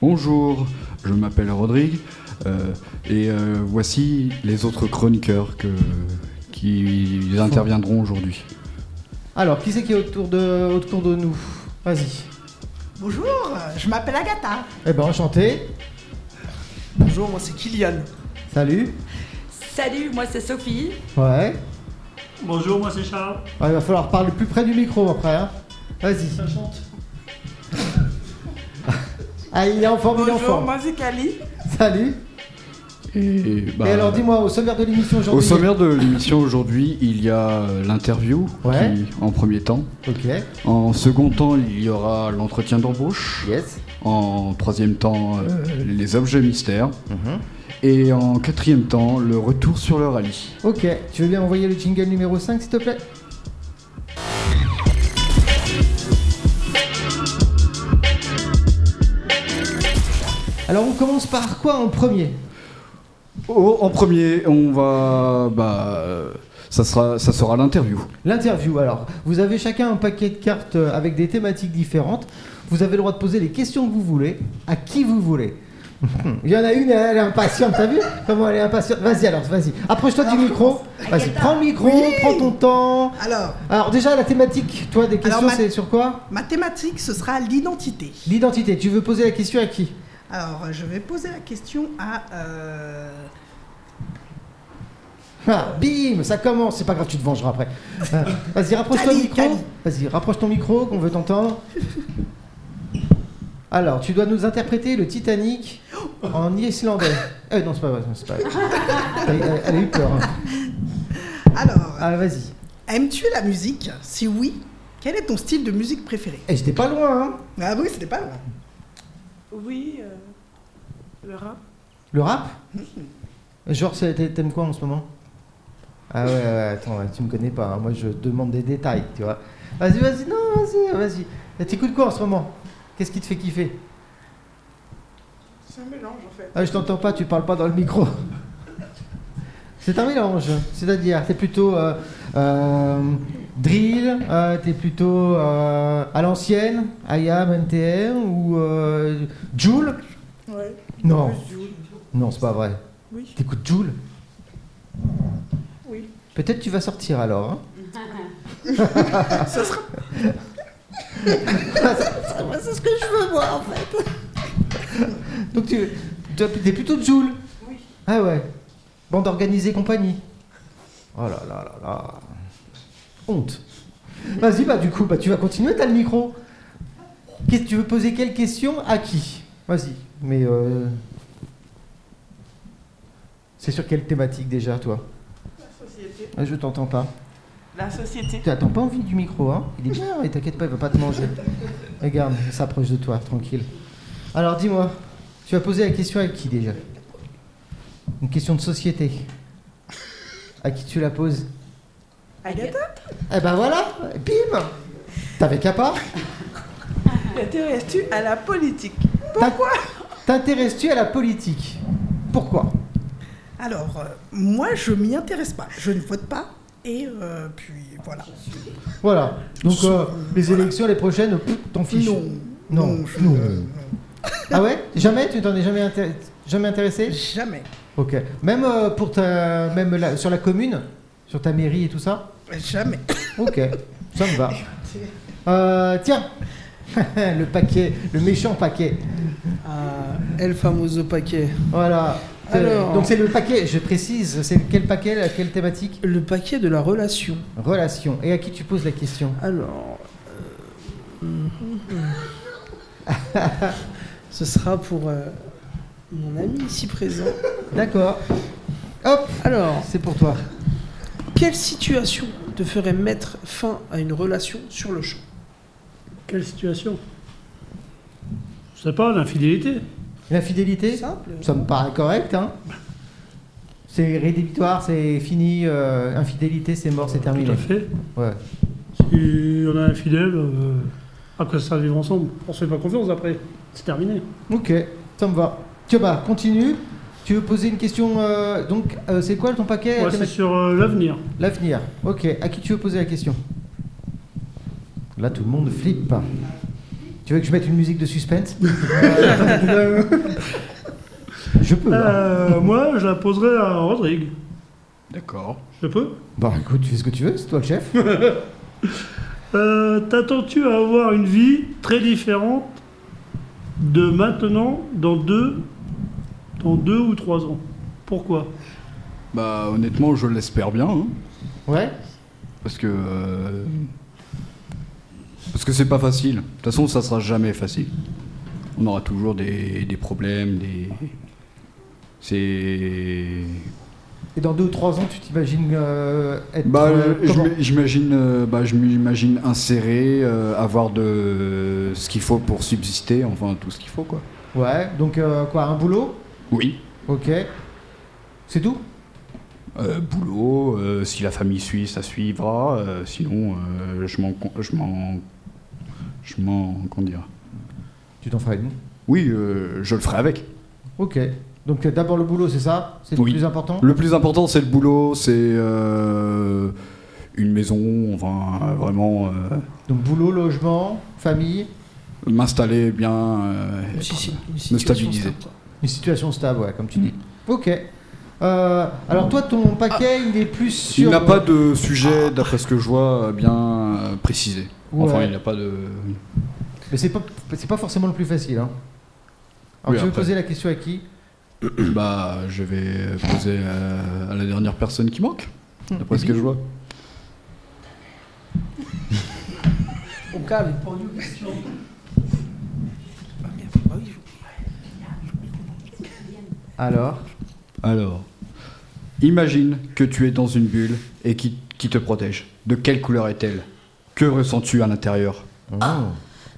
Bonjour, je m'appelle Rodrigue euh, et euh, voici les autres chroniqueurs que, qui interviendront aujourd'hui. Alors, qui c'est qui est autour de, autour de nous Vas-y. Bonjour, je m'appelle Agatha. Eh ben, enchanté. Bonjour, moi c'est Kylian. Salut. Salut, moi c'est Sophie. Ouais. Bonjour, moi c'est Charles. Ouais, il va falloir parler plus près du micro après. Hein. Vas-y. Ça chante. Ah, il est en forme, il est en Bonjour, forme. moi c'est Cali. Salut. Et, bah, Et alors, dis-moi, au sommaire de l'émission au aujourd'hui. sommaire de l'émission aujourd'hui, il y a euh, l'interview Ouais. qui, en premier temps. Ok. En second temps, il y aura l'entretien d'embauche. Yes. En troisième temps, euh, les objets mystères. Mhm. Et en quatrième temps, le retour sur le rallye. Ok. Tu veux bien envoyer le jingle numéro 5, s'il te plaît Alors, on commence par quoi en premier Au- en premier, on va. Bah, euh, ça sera, ça sera l'interview. L'interview, alors, vous avez chacun un paquet de cartes euh, avec des thématiques différentes. Vous avez le droit de poser les questions que vous voulez, à qui vous voulez. Il y en a une, elle est impatiente, t'as vu Comment elle est impatiente Vas-y alors, vas-y. Approche-toi du micro. Vas-y, prends le micro, prends ton temps. Alors, Alors déjà, la thématique, toi, des questions, Alors, ma- c'est sur quoi ma thématique, ce sera l'identité. L'identité. Tu veux poser la question à qui Alors, je vais poser la question à... euh, ah, Bim, ça commence. C'est pas grave, tu te vengeras après. Euh, Vas-y, rapproche-toi Cali, du micro. Cali. Vas-y, rapproche ton micro, qu'on veut t'entendre. Alors, tu dois nous interpréter le Titanic en islandais. Eh non, c'est pas vrai, c'est pas vrai. Elle, elle- elle a eu peur. hein. Alors, Ah, vas-y. aimes-tu la musique Si oui, quel est ton style de musique préféré Et j'étais pas loin, hein. Ah oui, c'était pas loin. Oui, euh, le rap. Le rap Genre, c'est- t'a- t'aimes quoi en ce moment Ah ouais, ouais, attends, ouais, tu me connais pas. hein. Moi, je demande des détails, tu vois. Vas-y, vas-y, non, vas-y, vas-y. Et T'écoutes quoi en ce moment Qu'est-ce qui te fait kiffer C'est un mélange en fait. Ah, je t'entends pas, tu parles pas dans le micro. C'est un mélange, c'est-à-dire, t'es plutôt euh, euh, drill, euh, t'es plutôt euh, à l'ancienne, IAM, NTM ou euh, Joule Ouais. Non. Plus Jul. Non, c'est pas vrai. Oui, T'écoutes Joule oui. Peut-être tu vas sortir alors. hein. Ce sera... Ouais, c'est ce que je veux voir en fait. Donc tu es plutôt Joule Oui. Ah ouais. Bande organisée compagnie. Oh là là là là. Honte. Vas-y, bah du coup, bah tu vas continuer, t'as le micro. Qu'est-ce que tu veux poser quelle question à qui Vas-y. Mais euh, C'est sur quelle thématique déjà toi La société. Ah, Je t'entends pas. La société. Tu attends pas envie du micro, hein Il est bien, et t'inquiète pas, il va pas te manger. Regarde, il s'approche de toi, tranquille. Alors dis-moi, tu vas poser la question à qui déjà Une question de société. À qui tu la poses Agatha Eh ben voilà, bim T'avais qu'à pas T'intéresses-tu à la politique Pourquoi T'intéresses-tu à la politique Pourquoi Alors, euh, moi, je m'y intéresse pas. Je ne vote pas. Et euh, puis, voilà. Voilà. Donc euh, les élections, les prochaines, pff, t'en fiches. Non. Non. je- Non. euh, Ah ouais Jamais Tu t'en es jamais, intér- jamais intéressé Jamais. Ok. Même euh, pour ta, même la- sur la commune, sur ta mairie et tout ça. Jamais. Ok. ça me va. Euh, tiens, le paquet, le méchant paquet. Ah, El famoso paquet. Voilà. Euh, Alors. Donc c'est le paquet. Je précise, c'est quel paquet, la- quelle thématique Le paquet de la relation. Relation. Et à qui tu poses la question Alors. euh, Ce sera pour euh, mon ami ici présent. D'accord. Hop, Alors, c'est pour toi. quelle situation te ferait mettre fin à une relation sur le champ Quelle situation Je sais pas, l'infidélité. L'infidélité, Simple. ça me paraît correct. Hein c'est rédhibitoire, c'est fini. euh, infidélité, c'est mort, c'est terminé. Tout à fait. Ouais. Si on a infidèle, euh, à quoi ça sert de vivre ensemble On se fait pas confiance après. C'est terminé. Ok, ça me va. Tiens, bah, continue. Tu veux poser une question euh, Donc, euh, c'est quoi ton paquet Moi, T'es c'est ma- sur euh, l'avenir. L'avenir. Ok, à qui tu veux poser la question Là, tout le monde flippe. Tu veux que je mette une musique de suspense Euh, Je peux. hein. Euh, moi, je la poserai à Rodrigue. D'accord. Je peux Bah écoute, tu fais ce que tu veux, c'est toi le chef. Euh, T'attends-tu à avoir une vie très différente de maintenant dans deux, dans deux ou trois ans Pourquoi Bah honnêtement, je l'espère bien, hein, Ouais. parce que euh, parce que c'est pas facile. De toute façon, ça sera jamais facile. On aura toujours des, des problèmes, des c'est Et dans deux ou trois ans, tu t'imagines euh, être. bah euh, je- je comment m- j'imagine euh, bah, je m'imagine inséré, euh, avoir de ce qu'il faut pour subsister, enfin tout ce qu'il faut quoi. Ouais. Donc euh, quoi, un boulot Oui. Ok. C'est tout Euh, boulot, euh, si la famille suit, ça suivra. euh, sinon, euh, je m'en, con- je m'en, je m'en, comment dire Tu t'en feras une. Oui, euh, je le ferai avec. Ok. Donc euh, d'abord le boulot, c'est ça C'est Oui. le plus important Le plus important, c'est le boulot, c'est euh, une maison, enfin, euh, vraiment euh, Donc boulot, logement, famille, m'installer bien. euh, Même si c'est une me situation stabiliser. Mm. stable, quoi. une situation stable, ouais, comme tu dis. Ok. Euh, alors toi, ton paquet, il est plus sur. Ah. Il n'a pas de sujet, d'après ce que je vois, bien euh, précisé. Enfin, Ouais. il n'a pas de. Mais c'est pas, c'est pas forcément le plus facile. Hein. Alors Oui, je vais après. poser la question à qui Bah, je vais poser euh, à la dernière personne qui manque, d'après ce Mhm. que je vois. Au calme, pour nous, question. Ah merde, bah oui, je- Alors Alors, imagine que tu es dans une bulle et qui, qui te protège. De quelle couleur est-elle Que ressens-tu à l'intérieur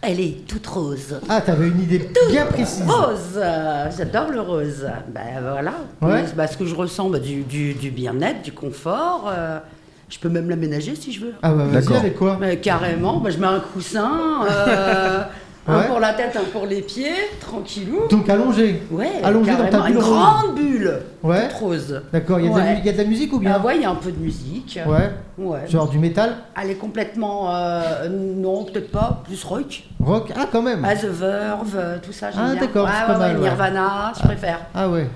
Elle est toute rose. Ah, t'avais une idée bien précise. Rose euh, J'adore le rose. Ben voilà. Ouais. Bah, ce que je ressens, bah, du, du- du bien-être, du confort. euh, je peux même l'aménager si je veux. Ah bah vas-y D'accord. avec quoi Mais carrément, bah, je mets un coussin, euh, un Ouais. pour la tête, un pour les pieds, tranquillou. Donc allongé. Ouais, Allongé dans ta carrément, bulle une rose. grande bulle, Ouais. toute rose. D'accord, il y, a de la Ouais. mu- il y a de la musique ou Ah bien ouais, il y a un peu de musique. Ouais. Ouais. Genre du métal Elle est complètement, euh, non, peut-être pas, plus rock. Rock Ah quand même Ah, The Verve, euh, tout ça, j'aime Ah, bien. d'accord, Ouais, c'est ouais, pas mal, ouais, ouais. Nirvana, je préfère. Ah ouais.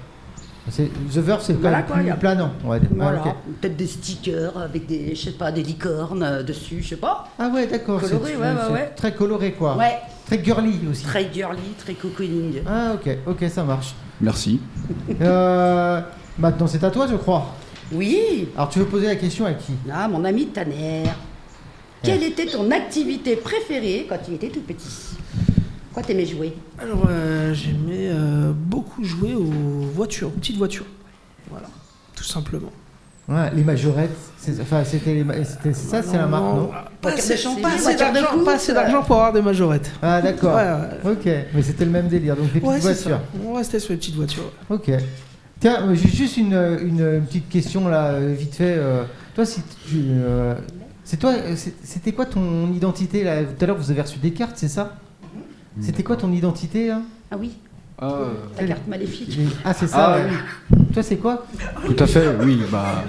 C'est- The Verve, c'est quand Voilà même quoi, y plus a- planant. on va dire. Ah, Voilà, ok. peut-être des stickers avec des, je sais pas, des licornes euh, dessus, je sais pas. Ah ouais, d'accord. c'est- Coloré, c'est- ouais, ouais, c'est ouais. Très coloré, quoi. Ouais, Très girly aussi. très girly, très cocooning. Ah, ok, ok, ça marche. Merci. Euh, maintenant, c'est à toi, je crois. Oui, Alors, tu veux poser la question à qui ah, mon ami Tanner. Quelle était ton activité préférée quand tu étais tout petit Quoi t'aimais jouer Alors, euh, j'aimais euh, beaucoup jouer aux voitures, aux petites voitures. Voilà, tout simplement. Ouais, Les majorettes. c'est- Enfin, c'était les ma- c'était- c'est ça, c'est la marque, non Pas assez C'est- pas c'est assez une voiture de d'argent course, pas assez d'argent pour avoir des majorettes. Ah, d'accord. Ouais, Ok, mais c'était le même délire, donc les petites Ouais, c'est voitures. ça. On restait sur les petites voitures. Ok. Tiens, euh, j'ai juste une, euh, une, euh, une petite question là, euh, vite fait. euh, toi, si tu. euh, c'est toi, euh, c'est- c'était quoi ton identité là Tout à l'heure, vous avez reçu des cartes, c'est ça C'était quoi ton identité là Ah oui, Ah, ta carte maléfique. Les- Ah, c'est ça. Ah, ouais. Toi, c'est quoi tout à fait, oui, bah.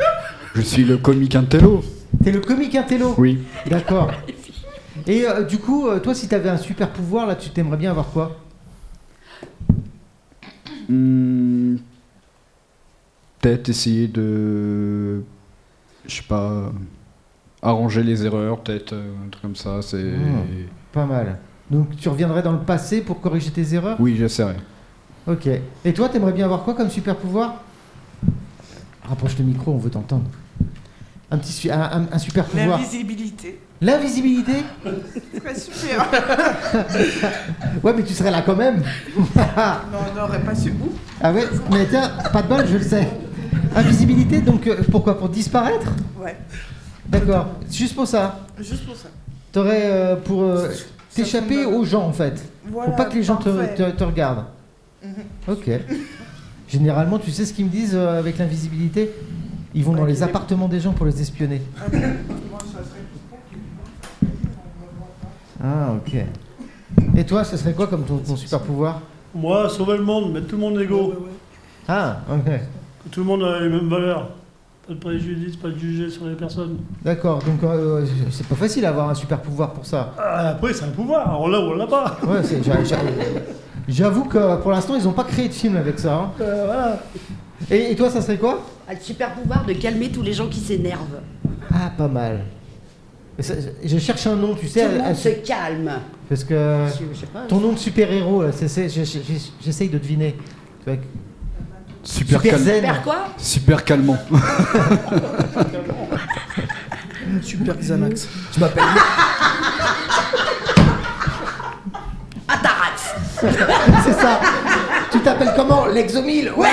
Je suis le comique Intello. T'es le comique hein, intello. Oui. D'accord. Et euh, du coup, euh, toi, si t'avais un super pouvoir là, tu t'aimerais bien avoir quoi Hmm, peut-être essayer de. Je sais pas. Arranger les erreurs, peut-être, euh, un truc comme ça. C'est. Hmm. Pas mal. Donc, tu reviendrais dans le passé pour corriger tes erreurs Oui, j'essaierai. Ok. Et toi, t'aimerais bien avoir quoi comme super pouvoir Rapproche le micro, on veut t'entendre. Un petit su- un, un- un super pouvoir. L'invisibilité. L'invisibilité Très super. Ouais, mais tu serais là quand même. ah non, on n'aurait pas su où. ouais, mais tiens, pas de bol, je le sais. Invisibilité, donc euh, pourquoi Pour disparaître Ouais, D'accord. Juste pour ça. juste pour ça. T'aurais euh, pour euh, t'échapper tombe bien. aux gens en fait. Voilà, pour pas que les gens te, parfait. te- te regardent. Mhm. Ok. Généralement, tu sais ce qu'ils me disent euh, avec l'invisibilité Ils vont dans les appartements des gens pour les espionner. Ah. Ah, ok. Et toi, ce serait quoi comme ton, ton super pouvoir Moi, sauver le monde, mettre tout le monde égaux, Ah, ok. que tout le monde a les mêmes valeurs. Pas de préjudice, pas de juger sur les personnes. D'accord, donc euh, c'est pas facile d'avoir un super pouvoir pour ça. Ah, après, c'est un pouvoir, on l'a ou on l'a pas. Ouais, c'est- j'a- j'a- J'avoue que pour l'instant, ils ont pas créé de film avec ça. hein. Euh, voilà. Et, et toi, ça serait quoi A Ah, le super pouvoir de calmer tous les gens qui s'énervent. Ah, pas mal. Mais ça, je- je cherche un nom, tu Tout sais, le à- à- monde se calme. parce que Je je sais pas. ton nom de super-héros, là, c'est- c'est- je- je- je- j'essaye de deviner. Tu vois, Super, Super calme. zen. Super quoi Super calmant. Super Xanax. Je m'appelle. Ah, Atarax c'est ça. Tu t'appelles comment L'exomile. Ouais.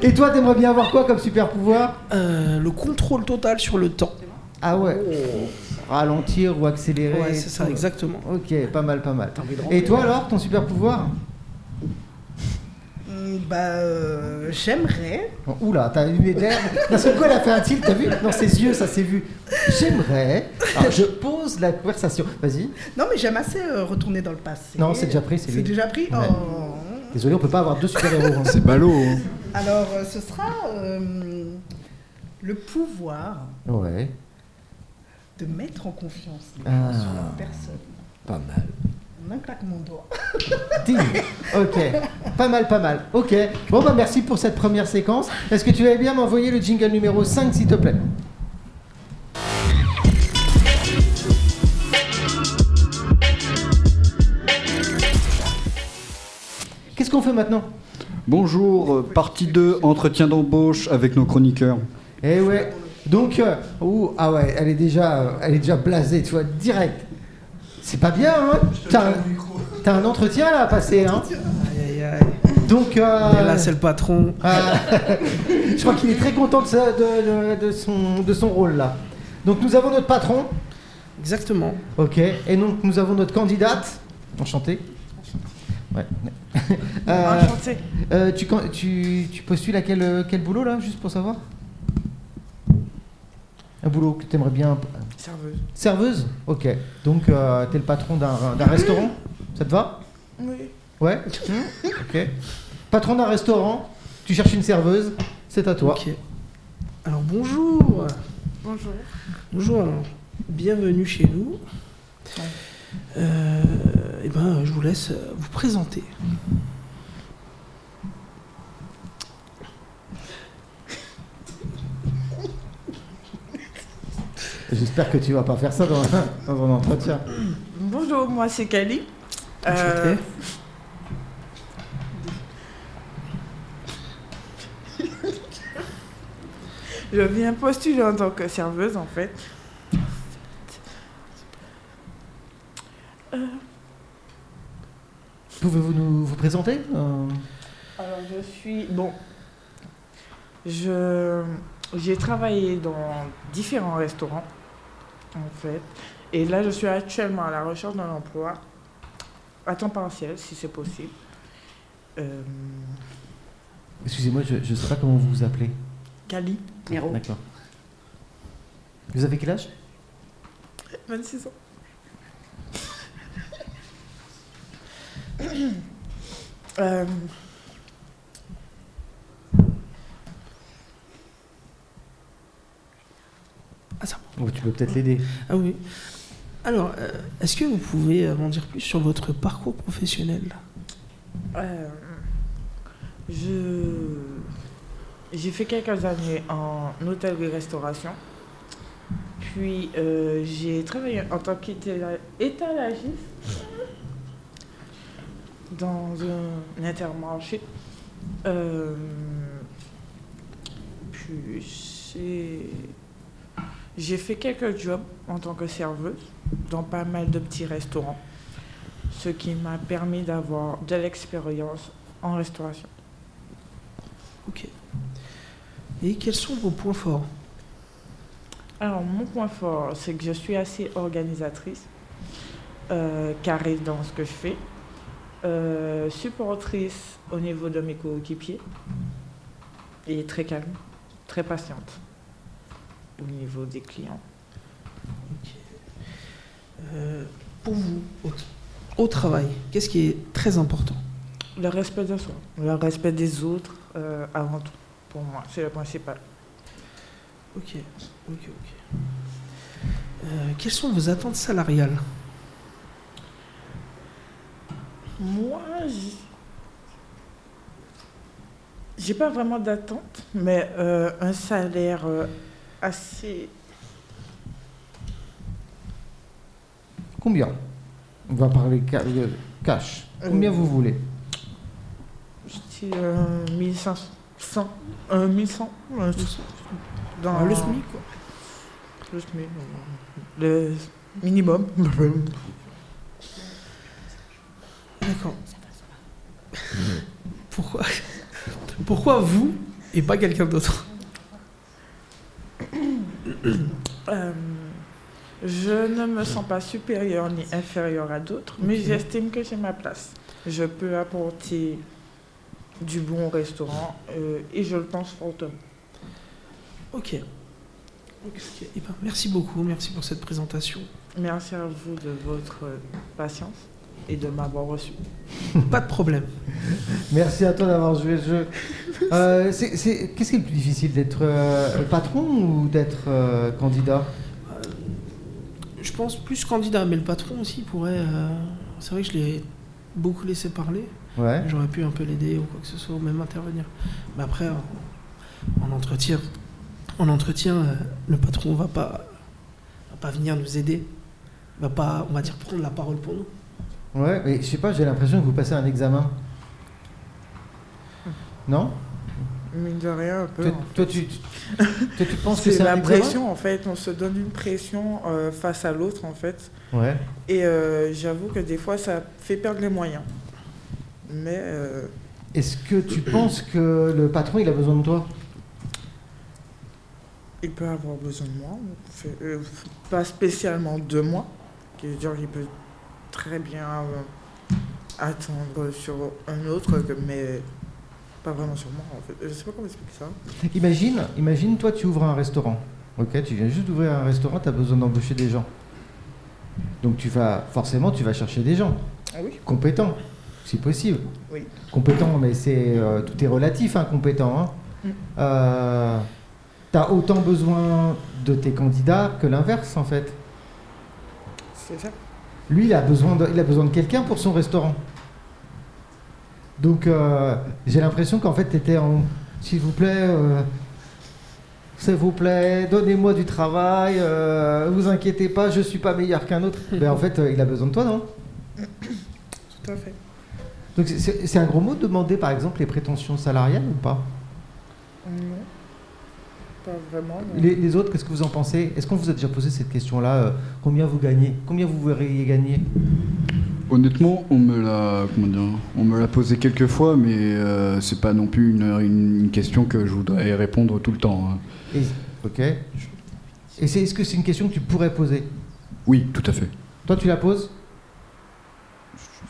Et toi, t'aimerais bien avoir quoi comme super pouvoir Euh, le contrôle total sur le temps. Oh. Ah ouais. Ralentir ou accélérer. Ouais, c'est ça, tout. exactement. Ok, pas mal, pas mal. envie de Et toi alors, ton super pouvoir Hum, Bah, euh, j'aimerais. Oh, Oula, t'as eu mes lèvres. Parce que quoi, elle a fait un tilt, t'as vu Dans ses yeux, ça s'est vu. J'aimerais. Alors, je pose la conversation. Vas-y. Non, mais j'aime assez euh, retourner dans le passé. Non, c'est déjà pris, c'est C'est lui. déjà pris Ouais. Oh. Désolé, on peut pas avoir deux super-héros. hein. C'est ballot. hein. Alors, euh, ce sera euh, le pouvoir Ouais, de mettre en confiance les Ah. gens sur la personne. pas mal. En un claquement de doigts. Ding. Ok, pas mal, pas mal. Ok, bon bah merci pour cette première séquence. Est-ce que tu vas bien m'envoyer le jingle numéro 5 s'il te plaît Qu'est-ce qu'on fait maintenant Bonjour, euh, partie 2, entretien d'embauche avec nos chroniqueurs. Eh ouais, donc, euh, ouh, ah ouais, elle est déjà, euh, elle est déjà blasée, tu vois, direct. C'est pas bien, hein T'as un, t'as un entretien là à passer, hein Aïe, aïe, aïe. Donc, euh, Et là, c'est le patron. Ah, je crois qu'il est très content de, sa- de- de- de son, de son rôle là. Donc nous avons notre patron, Exactement. ok, et donc nous avons notre candidate. Enchanté. Ouais. Euh, Enchanté. euh, tu, can- tu, tu postules à quel, euh, quel boulot là, juste pour savoir Un boulot que t'aimerais bien. Serveuse. Serveuse Ok. Donc euh, t'es le patron d'un d'un restaurant Ça te va Oui. Ouais Ok. Patron d'un restaurant, tu cherches une serveuse, c'est à toi. Ok. Alors, bonjour. Bonjour. Bonjour, alors. bienvenue chez nous. Euh, eh ben, je vous laisse euh, vous présenter. J'espère que tu vas pas faire ça dans, dans un entretien. Bonjour, moi c'est Kali. Euh, Enchanté. je viens postuler en tant que serveuse en fait. Pouvez-vous nous vous présenter Euh, Alors je suis bon. Je j'ai travaillé dans différents restaurants en fait et là je suis actuellement à la recherche d'un emploi à temps partiel si c'est possible. Euh, Excusez-moi, je, je sais pas comment vous vous appelez. Cali, Miro. D'accord. Vous avez quel âge 26 ans. Euh, Oh, Tu peux peut-être l'aider. Ah oui. Alors, euh, est-ce que vous pouvez euh, m'en dire plus sur votre parcours professionnel Euh, je j'ai fait quelques années en hôtellerie-restauration. Puis euh, j'ai travaillé en tant qu'étalagiste dans un intermarché. Euh, puis j'ai- j'ai fait quelques jobs en tant que serveuse dans pas mal de petits restaurants ce qui m'a permis d'avoir de l'expérience en restauration. Ok. Et quels sont vos points forts Alors, mon point fort, c'est que je suis assez organisatrice, euh, carrée dans ce que je fais, euh, supportrice au niveau de mes coéquipiers, et très calme, très patiente au niveau des clients. Euh, Pour vous, au, au travail, qu'est-ce qui est très important Le respect de soi, le respect des autres euh, avant tout, pour moi, c'est le principal. Ok, ok, ok. Euh, quelles sont vos attentes salariales Moi, j- j'ai pas vraiment d'attente, mais euh, un salaire euh, assez. Combien On va parler ca- euh, cash. Combien Euh, vous voulez Je dis euh, 1500. euh, 1100. euh, dans Ah, Le SMIC, quoi. Ben, Le SMIC, euh, Le minimum. D'accord. Pourquoi Pourquoi vous et pas quelqu'un d'autre Euh, je ne me sens pas supérieure ni inférieure à d'autres, mais Ok. j'estime que j'ai ma place. Je peux apporter du bon au restaurant euh, et je le pense fortement. Ok. Ok, ok. Eh ben, merci beaucoup, merci pour cette présentation. Merci à vous de votre patience et de m'avoir reçu. Pas de problème. Merci à toi d'avoir joué le jeu. Euh, c'est- c'est- Qu'est-ce qui est le plus difficile d'être euh, patron ou d'être euh, candidat Je pense plus candidat, mais le patron aussi pourrait. euh, C'est vrai que je l'ai beaucoup laissé parler. Ouais. J'aurais pu un peu l'aider ou quoi que ce soit, ou même intervenir. Mais après, en- en entretien, en entretien, euh, le patron va pas, va pas venir nous aider. Va pas, on va dire, prendre la parole pour nous. Ouais, mais je sais pas, j'ai l'impression que vous passez un examen. Non Mine de rien, un peu. toi, hein. toi, tu, tu- toi, tu penses que C'est c'est un la examen pression en fait, on se donne une pression euh, face à l'autre en fait. Ouais. Et euh, j'avoue que des fois ça fait perdre les moyens. Mais euh, Est-ce que tu penses que le patron il a besoin de toi il peut avoir besoin de moi, Fait- euh, pas spécialement de moi. Je veux dire, il peut très bien euh, attendre sur un autre, que- mais pas vraiment sur moi en fait. Euh, Je sais pas comment expliquer ça. Imagine, imagine toi tu ouvres un restaurant. Ok, tu viens juste d'ouvrir un restaurant, tu as besoin d'embaucher des gens. Donc tu vas forcément tu vas chercher des gens Ah oui compétents, si possible. Oui. Compétents, mais c'est euh, tout est relatif, hein, compétent. Hein. Mm. Euh, T'as autant besoin de tes candidats que l'inverse en fait. C'est ça. Lui, il a besoin de, il a besoin de quelqu'un pour son restaurant. Donc, euh, j'ai l'impression qu'en fait, tu étais en. S'il vous plaît, euh, s'il vous plaît, donnez-moi du travail, euh, vous inquiétez pas, je suis pas meilleur qu'un autre. Mais en fait, euh, il a besoin de toi, non Tout à fait. Donc, c'est- c'est c'est un gros mot de demander, par exemple, les prétentions salariales ou pas Non. Pas vraiment. non. les, les autres, qu'est-ce que vous en pensez Est-ce qu'on vous a déjà posé cette question-là euh, Combien vous gagnez Combien vous verriez gagner Honnêtement, on me l'a, comment dire, on me l'a posé quelques fois, mais euh, c'est pas non plus une, une question que je voudrais répondre tout le temps. hein. Et- Ok. Et c'est- est-ce que c'est une question que tu pourrais poser Oui, tout à fait. Toi, tu la poses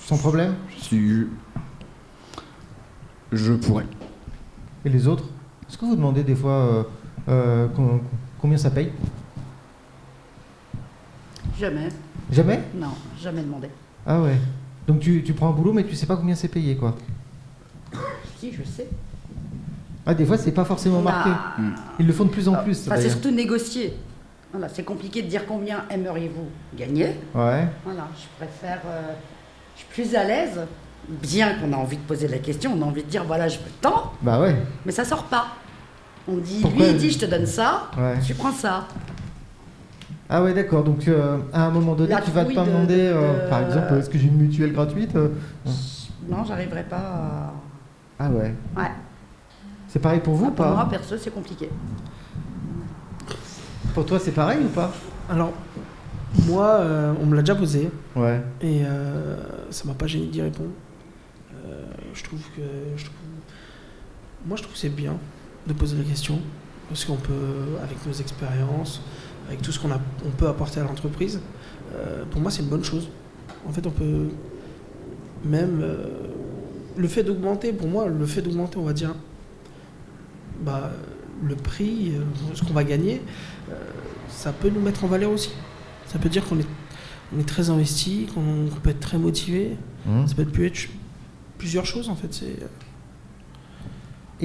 Sans problème Si je, je pourrais. Et les autres Est-ce que vous demandez des fois euh, euh, com- combien ça paye Jamais. Jamais Non, jamais demandé. Ah ouais. Donc tu, tu prends un boulot, mais tu sais pas combien c'est payé, quoi. Si, je sais. Ah, des fois, c'est pas forcément marqué. Bah, Hmm. Ils le font de plus en ah, plus. bah, c'est d'ailleurs. surtout négocier. Voilà, c'est compliqué de dire combien aimeriez-vous gagner. Ouais. Voilà, je préfère. euh, je suis plus à l'aise. Bien qu'on a envie de poser la question, on a envie de dire voilà, je veux tant, Bah ouais. mais ça sort pas. On dit, Pourquoi lui, il dit, je te donne ça, Ouais. tu prends ça. Ah ouais, d'accord. Donc euh, à un moment donné, La tu vas te trouille pas de- demander, de- euh, de- par exemple, est-ce que j'ai une mutuelle gratuite euh Non, j'arriverai pas Ah ouais. à. Ouais. C'est pareil pour vous Ah, ou pour moi, pas perso, c'est compliqué. Pour toi, c'est pareil ou pas Alors, moi, euh, on me l'a déjà posé Ouais. et euh, ça m'a pas gêné d'y répondre. Euh, je trouve que. Je trouve- Moi, je trouve que c'est bien de poser la question parce qu'on peut, avec nos expériences, avec tout ce qu'on a- on peut apporter à l'entreprise, euh, pour moi, c'est une bonne chose. En fait, on peut. Même. euh, le fait d'augmenter, pour moi, le fait d'augmenter, on va dire. Bah, le prix, euh, ce qu'on va gagner, euh, ça peut nous mettre en valeur aussi. Ça peut Mmh. dire qu'on est, on est très investi, qu'on qu'on peut être très motivé. Ça peut être plus, plusieurs choses en fait. C'est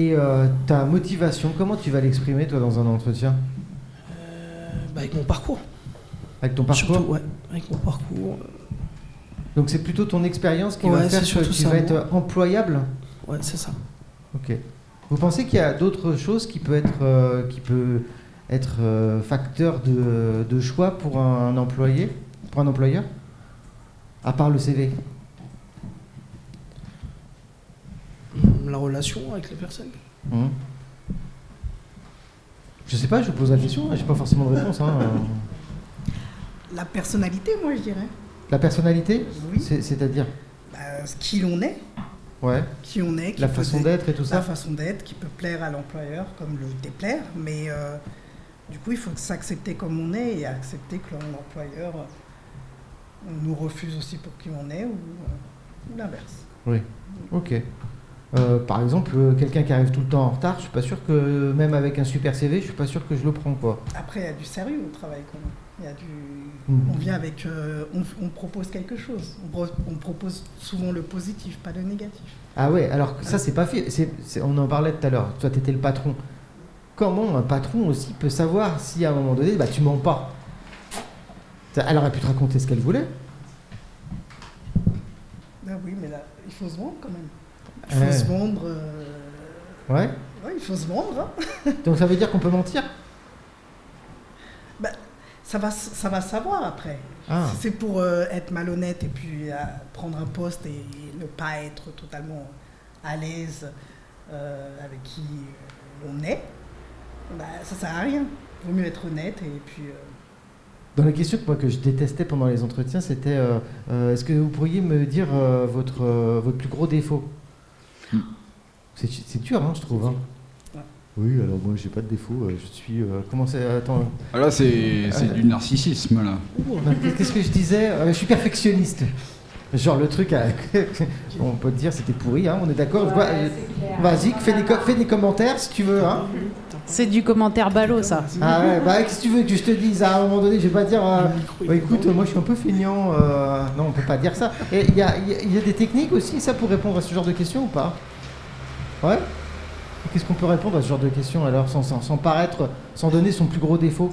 Et euh, ta motivation, comment tu vas l'exprimer toi dans un entretien euh, bah, avec mon parcours. Avec ton parcours Surtout, ouais, avec mon parcours. euh, Donc c'est plutôt ton expérience qui va Ouais, faire c'est que surtout tu ça, vas être moi. euh, employable Ouais, c'est ça. Ok. Vous pensez qu'il y a d'autres choses qui peut être, euh, qui peut être euh, facteur de, de choix pour un employé, pour un employeur À part le CV La relation avec les personnes. Mhm. Je sais pas, je vous pose la question, hein, j'ai pas forcément de réponse. hein. Euh, La personnalité, moi, je dirais. La personnalité Oui. C'est- C'est-à-dire Bah, ce qui l'on est, Ouais. qui on est, qui La peut façon dé- d'être et tout sa ça façon d'être, qui peut plaire à l'employeur comme le déplaire, mais euh, du coup, il faut s'accepter comme on est et accepter que l'employeur euh, on nous refuse aussi pour qui on est ou, euh, ou l'inverse. Ok. Euh, par exemple, euh, quelqu'un qui arrive tout le temps en retard, je suis pas sûr que, même avec un super CV, je suis pas sûr que je le prends quoi. Après, il y a du sérieux au travail quand même. Il y a du... Mhm. On vient avec... euh, on, on propose quelque chose. On, pro- on propose souvent le positif, pas le négatif. Ah ouais, alors que ça c'est pas fait. C'est- c'est- on en parlait tout à l'heure. Toi t'étais le patron. Comment un patron aussi peut savoir si à un moment donné, bah tu mens pas. Ça, Elle aurait pu te raconter ce qu'elle voulait. Ah oui, mais là, il faut se vendre quand même. Il faut Ouais. se vendre... euh, Ouais. ouais, il faut se vendre. hein. Donc ça veut dire qu'on peut mentir. Bah, Ça va, s- ça va savoir après. Ah. Si c'est pour euh, être malhonnête et puis euh, prendre un poste et ne pas être totalement à l'aise euh, avec qui euh, on est, bah, ça sert à rien. Vaut mieux être honnête et puis. euh, Dans la question que moi que je détestais pendant les entretiens, c'était euh, euh, est-ce que vous pourriez me dire euh, votre euh, votre plus gros défaut Mm. C'est c'est dur, hein, je trouve. hein. Ouais. Oui, alors moi j'ai pas de défaut. euh, Je suis euh, comment c'est Attends. Ah, là, c'est c'est Euh. du narcissisme, là. Non, Qu'est-ce que je disais Euh, Je suis perfectionniste. Genre le truc, à- on peut te dire c'était pourri, hein, on est d'accord Bah, euh, Vas-y, fais des, co- fais des commentaires si tu veux. Hein. C'est du commentaire ballot, ça. Ah ouais, bah qu'est-ce que tu veux que je te dise à un moment donné Je vais pas dire, euh, Le micro, il bah, est écoute, dans le- moi je suis un peu feignant. euh, non, on peut pas dire ça. Et il y a, il y a- il y a des techniques aussi, ça, pour répondre à ce genre de questions ou pas Ouais Qu'est-ce qu'on peut répondre à ce genre de questions alors, sans, sans, sans paraître, sans donner son plus gros défaut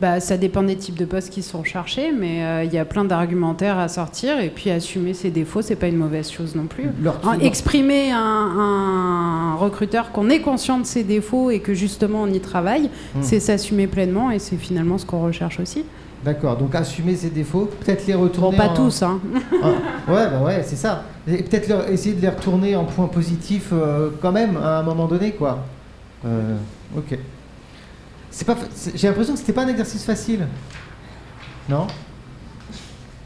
Bah, ça dépend des types de postes qui sont recherchés, mais euh, il y a plein d'argumentaires à sortir. Et puis, assumer ses défauts, c'est pas une mauvaise chose non plus. Leur Hein, exprimer à un, un recruteur qu'on est conscient de ses défauts et que justement on y travaille, Hmm. c'est s'assumer pleinement et c'est finalement ce qu'on recherche aussi. D'accord, donc assumer ses défauts, peut-être les retourner. Bon, pas en- tous, hein. Ah, ouais, bah ouais, c'est ça. Et peut-être leur- essayer de les retourner en point positif euh, quand même à un moment donné, quoi. Euh, ok. C'est pas. fa- c'est- J'ai l'impression que c'était pas un exercice facile. Non.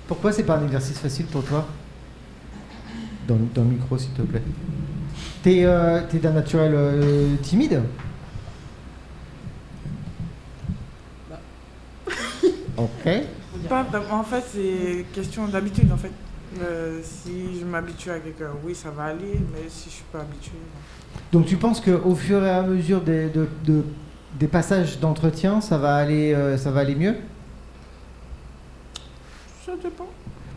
Pourquoi c'est pas un exercice facile pour toi dans, le- dans le micro, s'il te plaît. T'es euh, t'es d'un naturel euh, timide. Ok. Pas vraiment. en fait, c'est question d'habitude, en fait. Euh, si je m'habitue à quelqu'un, oui, ça va aller, mais si je suis pas habituée... non. Donc tu penses qu'au fur et à mesure des, de- de- des passages d'entretien, ça va aller, euh, ça va aller mieux Ça dépend.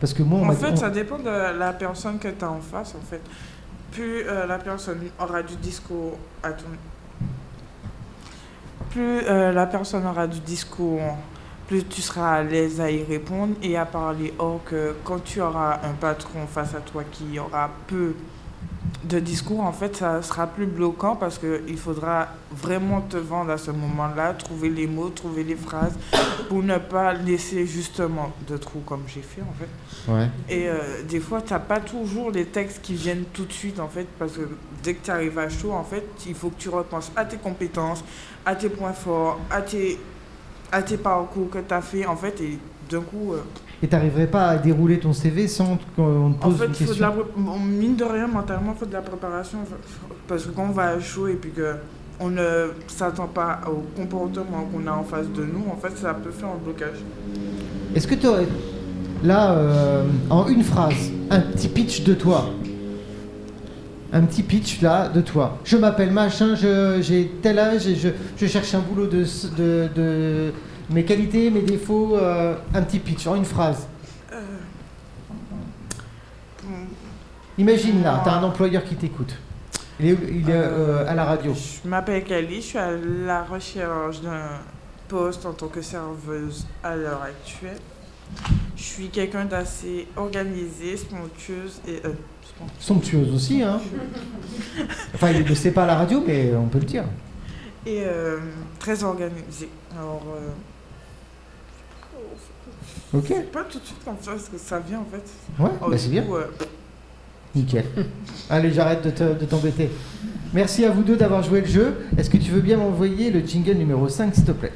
Parce que moi, on en m'a fait, on- ça dépend de la personne que tu as en face, en fait. Plus euh, la personne aura du discours à ton... Plus euh, la personne aura du discours, plus tu seras à l'aise à y répondre et à parler. Or que quand tu auras un patron face à toi qui aura peu de discours, en fait, ça sera plus bloquant parce qu'il faudra vraiment te vendre à ce moment-là, trouver les mots, trouver les phrases pour ne pas laisser justement de trous comme j'ai fait, en fait. Ouais. Et euh, des fois, t'as pas toujours les textes qui viennent tout de suite, en fait, parce que dès que tu arrives à chaud, en fait, il faut que tu repenses à tes compétences, à tes points forts, à tes, à tes parcours que tu as fait, en fait, et d'un coup, euh, Et t'arriverais pas à dérouler ton CV sans qu'on te en pose fait, une faut de question la, pré- bon, mine de rien, mentalement, faut de la préparation, parce que quand on va à chaud et puis que on ne s'attend pas au comportement qu'on a en face de nous, en fait, ça peut faire un blocage. Est-ce que t'aurais, là, euh, en une phrase, un petit pitch de toi un petit pitch là de toi. Je m'appelle machin, je- j'ai tel âge et je, je cherche un boulot de, s- de, de mes qualités, mes défauts. euh, un petit pitch en une phrase. Euh, Imagine là, t'as un employeur qui t'écoute. Il est, il est, euh, à la radio. Je m'appelle Kali, je suis à la recherche d'un poste en tant que serveuse à l'heure actuelle. Je suis quelqu'un d'assez organisé, spontueuse et. euh, spon- Somptueuse aussi, hein. Enfin, il- c'est pas à la radio, mais on peut le dire. et euh, très organisé. Alors, euh, Ok, c'est pas tout de suite comme ça, parce que ça vient en fait. ouais, Alors, bah, du c'est bien. coup, euh, Nickel. Allez, j'arrête de te- de t'embêter. Merci à vous deux d'avoir joué le jeu. Est-ce que tu veux bien m'envoyer le jingle numéro 5, s'il te plaît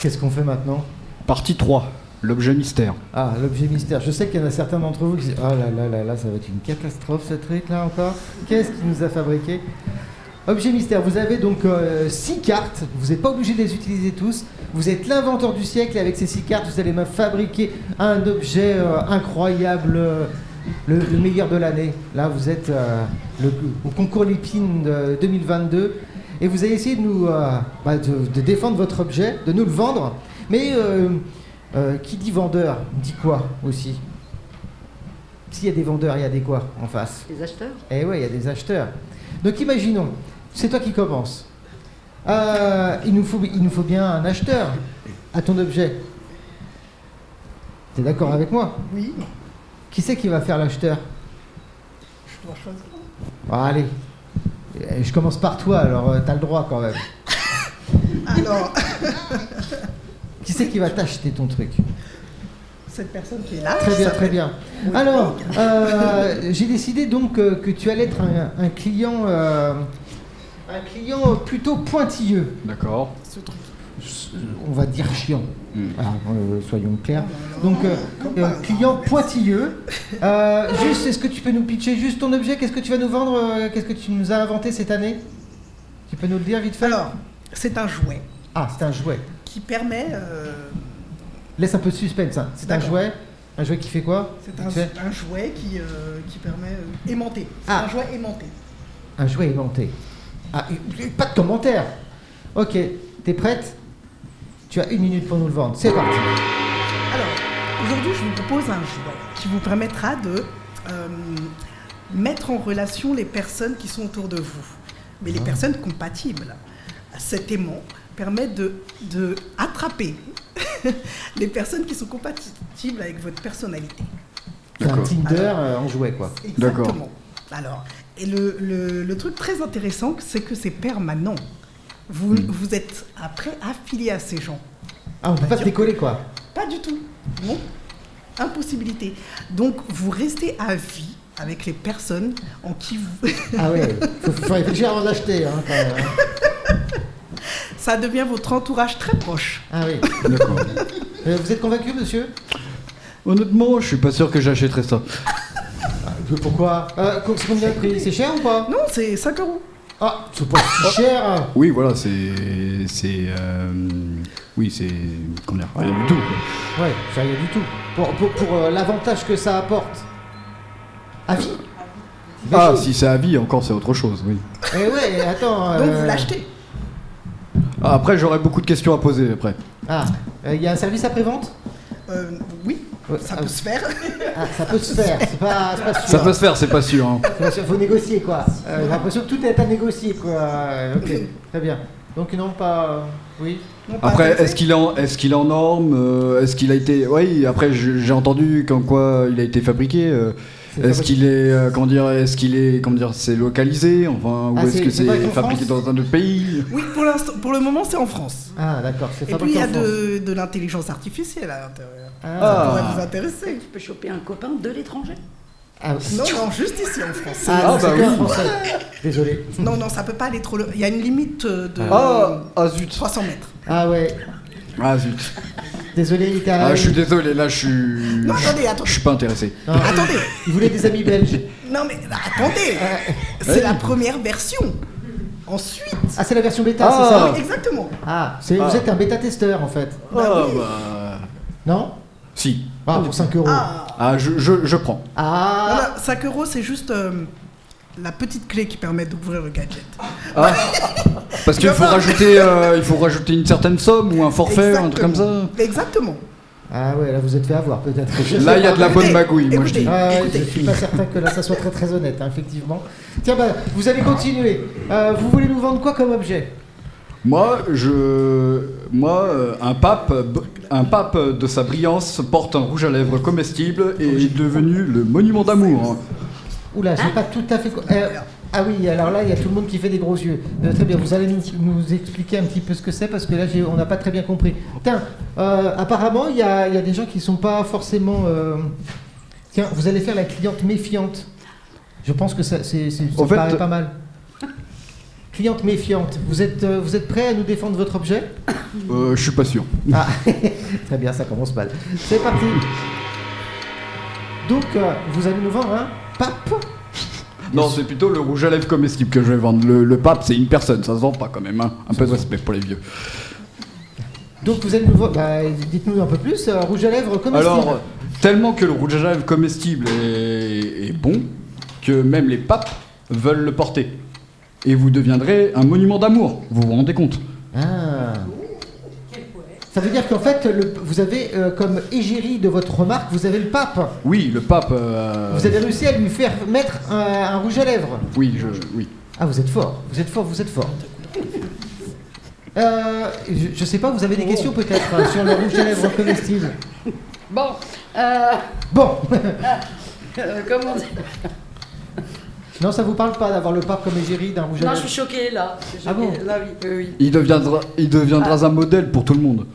Qu'est-ce qu'on fait maintenant Partie 3, l'objet mystère. Ah, l'objet mystère. Je sais qu'il y en a certains d'entre vous qui disent Oh là là là là, ça va être une catastrophe ce truc là encore. Qu'est-ce qu'il nous a fabriqué Objet mystère, vous avez donc euh, six cartes, vous n'êtes pas obligé de les utiliser tous. Vous êtes l'inventeur du siècle et avec ces six cartes, vous allez me fabriquer un objet euh, incroyable, euh, le, le meilleur de l'année. Là, vous êtes euh, le- au concours Lipine de 2022 et vous avez essayé de nous euh, bah, de, de défendre votre objet, de nous le vendre. Mais euh, euh, qui dit vendeur dit quoi aussi S'il y a des vendeurs, il y a des quoi en face Les acheteurs Eh ouais, il y a des acheteurs. Donc imaginons, c'est toi qui commence. il, nous faut, il nous faut bien un acheteur à ton objet. T'es d'accord avec moi Oui, Qui c'est qui va faire l'acheteur je dois choisir. Bon, Allez, Euh, je commence par toi, alors euh, t'as le droit quand même. Alors, Qui c'est qui va t'acheter ton truc cette personne qui est là. Très bien, Ah, ça très bien. Alors, euh, j'ai décidé donc euh, que tu allais être un, un client, euh, un client plutôt pointilleux. D'accord. On va dire chiant. Hmm. Mm. Ah, euh, soyons clairs. Donc, euh, euh, client pointilleux. Euh, juste, est-ce que tu peux nous pitcher juste ton objet Qu'est-ce que tu vas nous vendre euh, Qu'est-ce que tu nous as inventé cette année Tu peux nous le dire vite fait Alors, c'est un jouet Ah, c'est un jouet. qui permet. euh, Laisse un peu de suspense. hein. C'est un D'accord. jouet. Un jouet qui fait quoi c'est Vite un, fait. un jouet qui, euh, qui permet. euh, aimanté. C'est Ah. un jouet aimanté. Un jouet aimanté. Ah, et- et pas de commentaire. Ok, t'es prête Tu as une minute pour nous le vendre. C'est parti. Alors, aujourd'hui, je vous propose un jouet qui vous permettra de euh, mettre en relation les personnes qui sont autour de vous, mais Ah. les personnes compatibles. Cet aimant permet de, de attraper les personnes qui sont compatibles avec votre personnalité. C'est un D'accord. Tinder euh, en jouet, quoi. D'accord. Exactement. Alors, et le, le- le truc très intéressant, c'est que c'est permanent. Vous, Hmm. vous êtes après affilié à ces gens. Ah, Bah, on peut pas se décoller, quoi. Pas du tout. Non. Impossibilité. Donc, vous restez à vie avec les personnes en qui vous... Ah ouais, faut, faut réfléchir avant d'acheter. Hein, quand même, hein. Ça devient votre entourage très proche. Ah oui. D'accord. Euh, vous êtes convaincu, monsieur Honnêtement, je suis pas sûr que j'achèterais ça. Pourquoi euh, co- C'est combien le prix C'est cher ou pas Non, c'est 5 euros. Ah, c'est pas si cher. hein. Oui, voilà, c'est. C'est. euh, oui, c'est. Comment dire Rien du tout. quoi. Ouais, c'est rien du tout. Pour, pour, pour, euh, l'avantage que ça apporte. À vie Ah, si c'est à vie, encore, c'est autre chose, oui. Eh ouais, attends. Donc, vous euh, l'achetez. Ah, après, j'aurais beaucoup de questions à poser après. Ah, il y a un service après-vente Euh, oui, Ouais, ça ah, peut se faire. Ah, ça peut se faire, c'est pas, c'est pas sûr. Ça peut se faire, c'est pas sûr. hein. C'est pas sûr, faut négocier quoi. Euh, J'ai l'impression que tout est à négocier quoi. Euh, Ok, très bien. Donc non, pas. euh, oui. Non, pas Après, intéressé. est-ce qu'il est en, est-ce qu'il est en norme euh, Est-ce qu'il a été. Oui, après, je- j'ai entendu qu'en quoi il a été fabriqué. euh, C'est Est-ce fabriqué- qu'il est. euh, comment dire Est-ce qu'il est. Comment dire C'est localisé Enfin, ou Ah, est-ce c'est- que c'est c'est fabriqué en fabriqué France dans un autre pays Oui, pour, l'instant- pour le moment, c'est en France. Ah d'accord, c'est Et puis, il y fabriqué a en France. de, de l'intelligence artificielle à l'intérieur. Ça Ah. pourrait vous Tu sais, intéresser. tu peux choper un copain de l'étranger. Ah, Non, non, juste ici en France. Ah, non, Ah, c'est bah que oui. français. Désolé. Non, non, ça peut pas aller trop loin. Il y a une limite euh, de Ah, ah zut 300 mètres. Ah ouais. Ah zut Désolé, il t'a- Ah, je suis désolé, là, je suis. Non, attendez, attendez. Je suis pas intéressé. Non, il- Attendez. Il voulait des amis belges. Non, mais attendez. Euh, C'est la première version. Ensuite. Ah c'est la version bêta, Ah. c'est ça Exactement. Ah, c'est- vous Ah. êtes un bêta testeur en fait. Ah, bah. Non Si. Ah pour 5 euros. Ah, Ah. Ah, je, je, je prends. Voilà, 5 Ah, euros, c'est juste euh, la petite clé qui permet d'ouvrir le gadget. Ah. Parce qu'il Il va faut pas. rajouter, euh, il faut rajouter une certaine somme ou un forfait, un truc comme ça. Exactement. Exactement. Ah ouais, là vous êtes fait avoir peut-être. Je Là, sais il y a pas. de la bonne Écoutez, magouille, moi je écoutez. dis. Ah ouais, Écoutez. je suis pas certain que là ça soit très très honnête, hein, effectivement. Tiens, bah, vous allez continuer. Euh, vous voulez nous vendre quoi comme objet Moi, je, moi, euh, un pape, un pape de sa brillance porte un rouge à lèvres comestible et est devenu le monument d'amour. hein. Oula, j'ai pas tout à fait. co- Euh, ah oui, alors là, il y a tout le monde qui fait des gros yeux. Euh, très bien, vous allez nous, nous expliquer un petit peu ce que c'est parce que là, j'ai- on n'a pas très bien compris. Tiens, euh, apparemment, il y a, il y a des gens qui sont pas forcément. euh, Tiens, vous allez faire la cliente méfiante. Je pense que ça, c'est, c'est- ça Au fait, paraît pas mal. Cliente méfiante, vous êtes, euh, vous êtes prêt à nous défendre votre objet Euh, je suis pas sûr. Ah, très bien, ça commence mal. C'est parti. Donc, euh, vous allez nous vendre un pape Non, c'est plutôt le rouge à lèvres comestible que je vais vendre. Le, le pape, c'est une personne, ça se vend pas quand même. hein. Un peu de respect pour les vieux. Donc vous allez nous voir. bah, dites-nous un peu plus. euh, rouge à lèvres comestible. Alors, tellement que le rouge à lèvres comestible est, est bon, que même les papes veulent le porter. Et vous deviendrez un monument d'amour, vous vous rendez compte Ah. Ça veut dire qu'en fait, le- vous avez euh, comme égérie de votre remarque, vous avez le pape. Oui, le pape... euh, Vous avez réussi à lui faire mettre un, un rouge à lèvres. Oui, je... Oui. Ah, vous êtes fort. Vous êtes fort. Vous êtes fort. Euh, je, je sais pas. Vous avez des questions peut-être euh, sur le rouge à lèvres comestible. Bon, euh, Bon. euh, comment dire non, ça vous parle pas d'avoir le pape comme égérie d'un rouge à Non, je lèvres. suis choquée là. Je suis Ah bon choquée. Là, oui, oui, oui. Il deviendra, il deviendra Ah. un modèle pour tout le monde.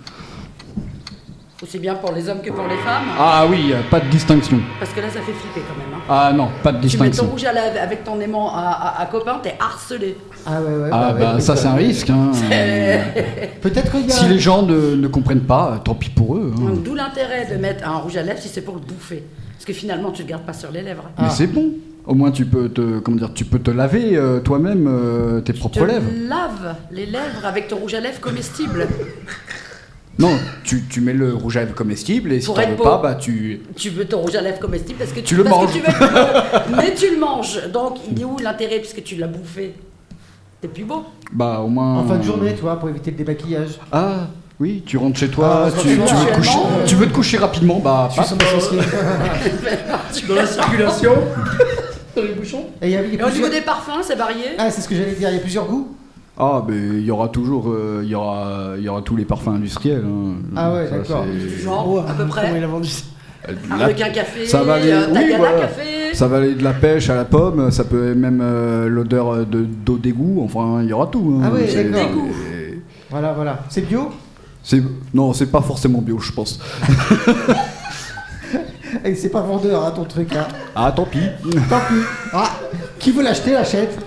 Aussi bien pour les hommes que pour les femmes. Ah oui, euh, pas de distinction. Parce que là, ça fait flipper quand même. hein. Ah non, pas de Tu mets ton distinction. rouge à lèvres avec ton aimant à, à- à copain, t'es harcelé. Ah ouais, ouais. Ah ouais, bah ouais. ça c'est un risque. hein. Peut-être qu'il y a. Si les gens ne, ne comprennent pas, euh, tant pis pour eux. hein. Donc d'où l'intérêt de mettre un rouge à lèvres si c'est pour le bouffer. Parce que finalement, tu le gardes pas sur les lèvres. Mais Ah. c'est bon. Au moins tu peux te, comment dire, tu peux te laver euh, toi-même euh, tes Tu propres lèvres. laves les lèvres avec ton rouge à lèvres comestible. Non, tu, tu mets le rouge à lèvres comestible et si Pour t'en être veux beau. pas, bah tu. tu veux ton rouge à lèvres comestible parce que tu, Tu le parce manges. que tu veux être beau. mais tu le manges. Donc il est où l'intérêt puisque tu l'as bouffé T'es plus beau. Bah au moins. En fin de journée, tu vois, pour éviter le démaquillage. Ah oui, tu rentres chez toi, Ah, tu, tu veux te éventuellement, coucher, euh, tu veux te coucher rapidement, bah. Je suis son associé. euh, Dans la circulation, dans les bouchons. Et il y a- il y a Et au niveau plusieurs- des parfums, c'est varié. Ah, c'est ce que j'allais dire, il y a plusieurs goûts Ah mais il y aura toujours, euh, il y aura, il y aura tous les parfums industriels. hein. Ah ouais, Ça, d'accord. c'est- Du genre, à peu près. Comment il a vendu ça La- Avec un café, ça va aller, euh, oui, Tagada voilà. café. Ça va aller de la pêche à la pomme, ça peut être même euh, l'odeur de- d'eau d'égout, enfin il y aura tout. hein. Ah oui, C'est- d'accord. D'égout. c'est- Voilà, voilà. C'est bio c'est- Non, c'est pas forcément bio, je pense. Et c'est pas vendeur, hein, ton truc, hein. Ah tant pis. De Tant pis. Ah, qui veut l'acheter, l'achète.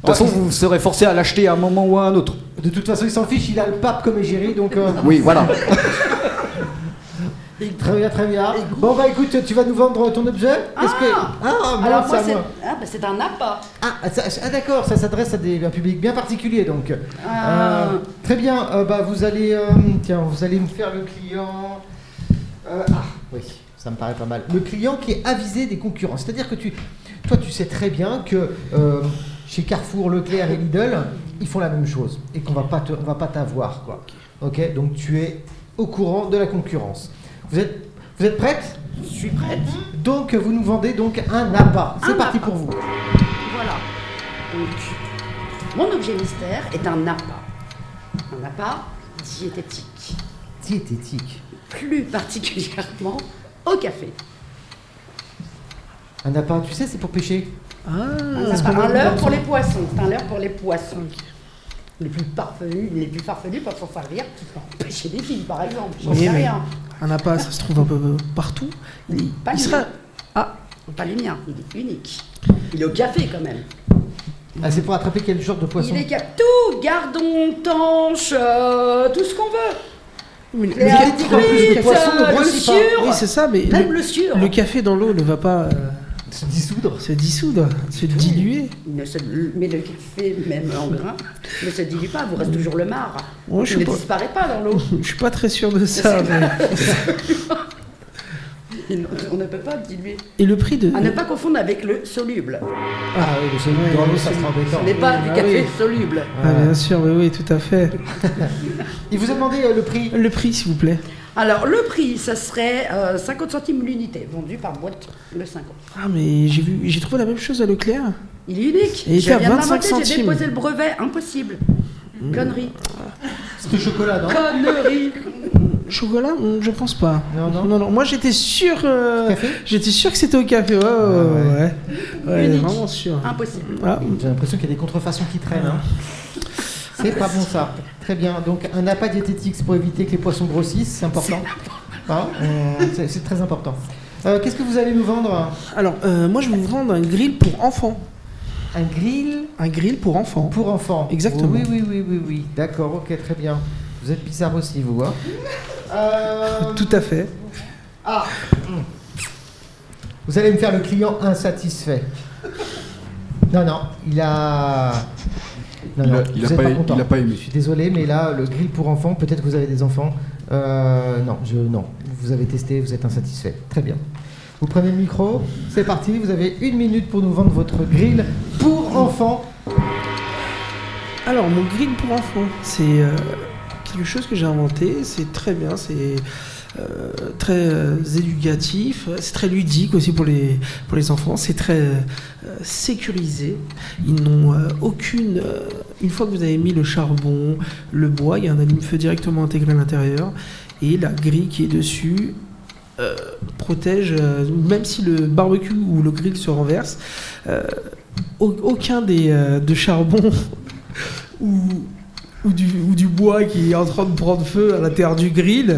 toute façon, vous serez forcé à l'acheter à un moment ou à un autre. De toute façon, il s'en fiche, il a le pape comme égérie, donc... euh, Oui, voilà. Très bien, très bien. Bon, bah écoute, tu vas nous vendre ton objet Qu'est-ce que... Ah Ah, merde, Alors moi, ça, c'est moi. ah, bah, c'est un appât. Ah, ça- ah, d'accord, ça s'adresse à des, un public bien particulier, donc. Ah. Euh, très bien, euh, bah vous allez... euh, tiens, vous allez me faire le client... Euh, ah, oui, ça me paraît pas mal. Le client qui est avisé des concurrents. C'est-à-dire que tu, toi, tu sais très bien que euh, chez Carrefour, Leclerc et Lidl, ils font la même chose et qu'on va pas te- on va pas t'avoir, quoi. Ok, donc tu es au courant de la concurrence. Vous êtes, vous êtes prête Je suis prête. Donc, vous nous vendez donc un appât. C'est Un parti appât. pour vous. Voilà. Donc, mon objet mystère est un appât. Un appât diététique. Diététique. Plus particulièrement au café. Un appât, tu sais, c'est pour pêcher. Ah. Ah, Un appât, un leurre pour les poissons. C'est un leurre pour les poissons. Les plus parvenus, les plus farfelus peuvent s'en servir pour pêcher des filles, par exemple. J'en Oui, sais mais- rien. Un appât, ça se trouve un peu partout. Il, Pas il le sera. mien. Ah, Pas les miens. Il est unique. Il est au café quand même. Ah, c'est pour attraper quel genre de poisson Il est cap tout, gardon, tanche, euh, tout ce qu'on veut. oui, Les ca- artichauts, le plus de euh, poissons, le grossit pas. sur. Oui, c'est ça, mais Même le, le sûr. le café dans l'eau ne va pas euh, Se dissoudre. se dissoudre, se diluer. Ne se- mais le café, même en grain, ne se dilue pas, vous reste toujours le marc. Ouais, je il sais ne pas. Ah, disparaît pas dans l'eau. Je suis pas très sûr de ça. mais- on ne peut pas diluer. Et le prix de. À Ah, ne pas confondre avec le soluble. Ah oui, le soluble Ouais, dans l'eau, le ça sera soluble. embêtant. Ce n'est pas du Ah café oui. soluble. Ah, bien sûr, oui, oui, tout à fait. Il vous a demandé euh, le prix Le prix, s'il vous plaît. Alors, le prix, ça serait euh, 50 centimes l'unité, vendu par boîte le 50. Ah, mais j'ai vu, j'ai trouvé la même chose à Leclerc. Il est unique. Et il Je était à viens de 25 l'inventer, J'ai centimes. Mmh. déposé le brevet, impossible. Connerie. C'est au chocolat, non Connerie. Chocolat Mm, Je pense pas. Non, non. Moi, j'étais sûr. euh, Café J'étais sûr que c'était au café. Ouais, ouais, ouais. ouais. Ouais, Unique. vraiment sûr. Impossible. Ah, J'ai l'impression qu'il y a des contrefaçons qui traînent. hein. C'est pas bon ça. Très bien. Donc un appât diététique c'est pour éviter que les poissons grossissent, c'est important. Hein Euh, c'est c'est très important. Euh, Qu'est-ce que vous allez nous vendre Alors, euh, moi, je vais vous vendre un grill pour enfants. Un grill Un grill pour enfants. pour enfants. Exactement. Oui, oui, oui, oui, oui. D'accord, ok, très bien. Vous êtes bizarre aussi, vous. Hein Euh, Tout à fait. Ah Vous allez me faire le client insatisfait. Non, non, il a. Non, Il a- non, il vous a êtes pas pas aimé- content. il a pas aimé. Je suis désolé, mais là, le grill pour enfants, peut-être que vous avez des enfants. Euh, non, je, non, vous avez testé, vous êtes insatisfait. Très bien. Vous prenez le micro, c'est parti, vous avez une minute pour nous vendre votre grill pour enfants. Alors, mon grill pour enfants, c'est euh, quelque chose que j'ai inventé. C'est très bien, c'est euh, très euh, éducatif, c'est très ludique aussi pour les, pour les enfants, c'est très euh, sécurisé. Ils n'ont euh, aucune. euh, une fois que vous avez mis le charbon, le bois, il y a un allume-feu directement intégré à l'intérieur et la grille qui est dessus. euh, protège, euh, même si le barbecue ou le grill se renverse, euh, au- aucun des euh, de charbon ou, ou, du, ou du bois qui est en train de prendre feu à l'intérieur du grill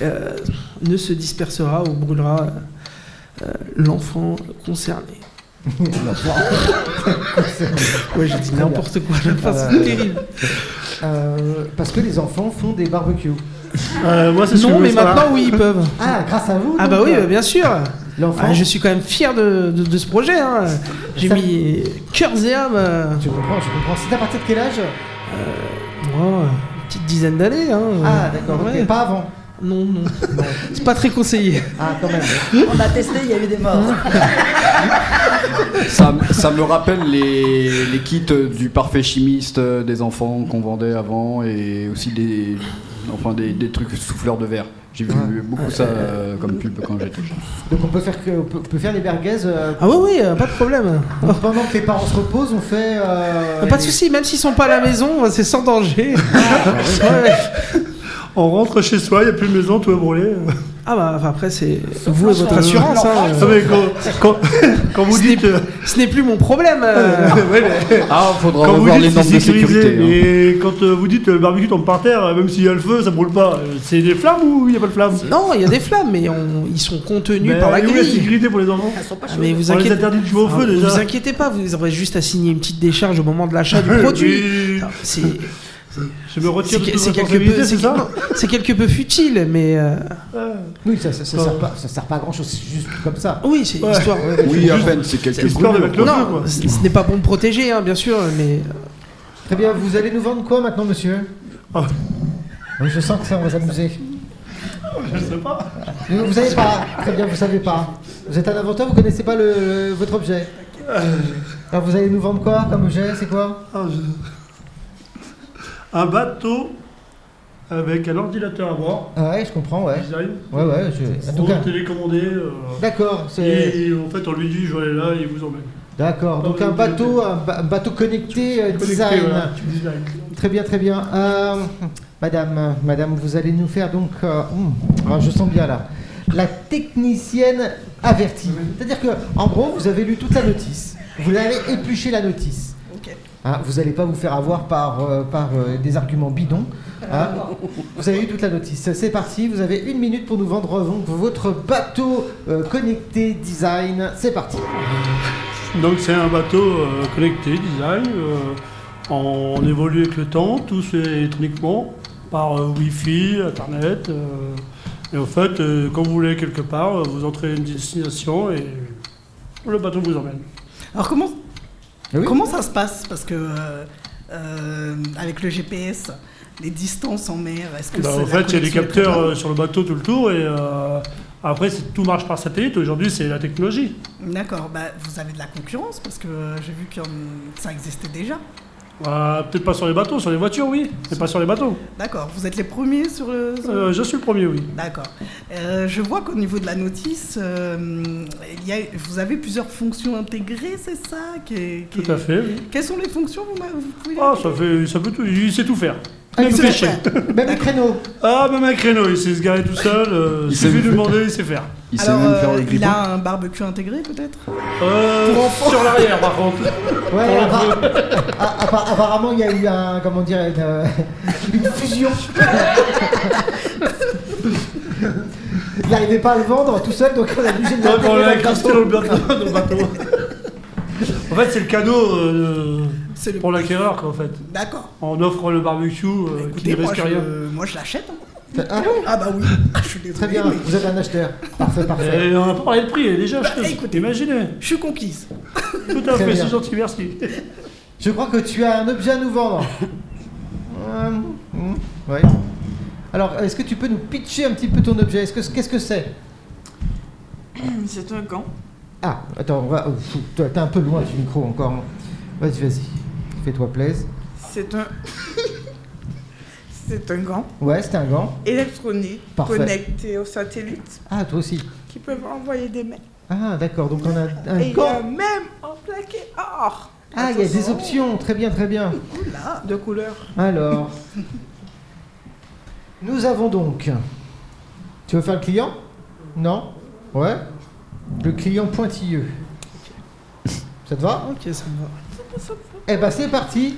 euh, ne se dispersera ou brûlera euh, l'enfant concerné. Ouais, j'ai dit n'importe quoi, la fin, Ah, c'est ouais. terrible. Euh, parce que les enfants font des barbecues. Euh, moi, c'est ce que Non, je mais veux savoir. maintenant, oui, ils peuvent. Ah, grâce à vous Ah, bah donc, oui, euh, bah, bien sûr. L'enfant, Ah, je suis quand même fier de, de- de ce projet. hein. J'ai Ça- mis cœurs et âme. euh, je comprends, je comprends. C'est à partir de quel âge moi, une petite dizaine d'années. hein. Ah, d'accord, ok, Ouais. pas avant. Non, non. C'est pas très conseillé. Ah, quand même. On a testé, il y a eu des morts. Ça, ça me rappelle les, les kits du parfait chimiste euh, des enfants qu'on vendait avant et aussi des, enfin des, des trucs souffleurs de verre. J'ai vu beaucoup ça euh, comme pub quand j'étais jeune. Donc on peut faire, que, on peut, on peut faire les merguez. euh, Ah oui, oui, euh, pas de problème. donc pendant que les parents se reposent, on fait. euh, pas de les- souci, même s'ils sont pas à la maison, c'est sans danger. Ouais, ouais. On rentre chez soi, il n'y a plus de maison, tout est brûlé. Ah bah enfin, après c'est vous et votre l'enfant. assurance. hein. Ah, mais quand, quand- quand vous Ce n'est dites. euh, Ce n'est plus mon problème. euh. ouais, mais- Ah, faudra Quand vous revoir les dites c'est normes de sécurisé, sécurité. hein. mais quand euh, vous dites euh, le barbecue tombe par terre, euh, même s'il y a le feu, ça brûle pas. Euh, C'est des flammes ou il n'y a pas de flammes Non, il y a des flammes, mais on- ils sont contenus Mais par la où Ben la grille. sécurité pour les enfants Elles sont pas Ah, chaudes. mais vous On les inquiétez. interdit de jouer au Ah, feu vous déjà. vous inquiétez pas, vous aurez juste à signer une petite décharge au moment de l'achat du produit. Oui. Alors, Je C'est me c'est retire de que- toute c'est quelque peu, responsabilité, c'est c'est ça que- c'est quelque peu futile, mais euh, Ah. Oui, ça, ça, ça Quand- sert pas, ça sert pas à grand chose, c'est juste comme ça. oui, c'est Ouais. histoire. Oui, à peine, c'est quelques histoire de brûlures, mettre le quoi. feu, Non, quoi. ce ce n'est pas bon de protéger, hein, bien sûr, mais Très bien, vous allez nous vendre quoi maintenant, monsieur Ah. Oui, Je sens que ça, on va s'amuser. Je sais pas. Vous, vous savez pas Très bien, vous savez pas. Vous êtes un inventeur, vous connaissez pas le, votre objet. Alors vous allez nous vendre quoi comme objet C'est quoi Ah, je- Un bateau avec un ordinateur à bord, Ah ouais, je comprends, ouais. design, Ouais, ouais, je... en tout gros, cas- télécommandé. euh, D'accord, c'est. Et, et en fait, on lui dit, je vais aller là, il vous emmène. D'accord, donc un bateau, un ba- un bateau connecté, euh, Connecté, design. voilà, design. Très bien, très bien. Euh, madame, euh, madame, vous allez nous faire donc. euh, hmm, ah, je sens bien là. La technicienne avertie. C'est-à-dire que, en gros, vous avez lu toute la notice. Vous l'avez épluché la notice. Ok. Hein, vous n'allez pas vous faire avoir par, euh, par euh, des arguments bidons. hein. Ah. vous avez eu toute la notice. C'est parti, vous avez une minute pour nous vendre euh, donc, votre bateau euh, connecté design. C'est parti. Donc c'est un bateau euh, connecté, design. euh, on évolue avec le temps, tout se fait électroniquement, par euh, Wi-Fi, Internet. euh, et en fait, euh, quand vous voulez quelque part, euh, vous entrez à une destination et le bateau vous emmène. Alors comment, Ah oui comment ça se passe Parce que euh, euh, avec le GPS, les distances en mer, est-ce que Bah, c'est en la fait, il y a des connexion est très capteurs bonne euh, sur le bateau tout le tour et euh, Après, c'est- tout marche par satellite. Aujourd'hui, c'est la technologie. D'accord, bah, vous avez de la concurrence parce que euh, j'ai vu que ça existait déjà. Euh, Peut-être pas sur les bateaux, sur les voitures, oui. Mais pas sur les bateaux. D'accord, vous êtes les premiers sur le. sur- Euh, je suis le premier, oui. D'accord. Euh, je vois qu'au niveau de la notice, euh, il y a- vous avez plusieurs fonctions intégrées, c'est ça qui est- qui Tout à est- fait, oui. Quelles sont les fonctions vous, m'a- vous pouvez les- Ah, ça fait, ça peut tout, il sait tout faire. Même il sait pêcher. Même les créneaux. Ah, même un créneau, il sait se garer tout seul. euh, Il il sait suffit de même- lui demander, il sait faire. Il sait Alors, même faire euh, les il grippins. a un barbecue intégré peut-être Euh, sur l'arrière, par contre. Ouais, appara- a- Ah, appa- apparemment, il y a eu un. Comment dire Une, euh, une fusion. il n'arrivait pas à le vendre tout seul, donc on a obligé de Ouais, on l'intégrer l'a dans le incrusté bateau. dans le bateau. dans le bateau. En fait, c'est le cadeau euh, C'est le- pour l'acquéreur, quoi, en fait. D'accord. On offre le barbecue euh, qui Écoutez, ne moi risque rien. je, moi, je l'achète. hein. Ah bon Ah bah oui, Ah, je suis désolée. Très bien, mais vous êtes un acheteur. Parfait, parfait. Et on n'a pas parlé de prix, elle est déjà achetée. écoutez. Imaginez. Je suis conquise. Tout à Très fait, bien. c'est gentil, merci. Je crois que tu as un objet à nous vendre. Euh, mm, ouais. Alors, est-ce que tu peux nous pitcher un petit peu ton objet Est-ce que qu'est-ce que c'est C'est un gant. Ah, attends, on va. oh, fou, toi, T'es un peu loin du micro encore. Vas-y, vas-y. Fais-toi plaisir. C'est un. C'est un gant Ouais, c'était un gant. électronique Parfait. connecté au satellite Ah, toi aussi. qui peuvent envoyer des mails. Ah, d'accord. Donc on a Et il un y a euh, gant. même en plaqué or Ah, il y a des options. Très bien, très bien. de couleur. Alors, nous avons donc. Tu veux faire le client Non Ouais Le client pointilleux. Ça te va Ok, ça me va. Eh ben, c'est parti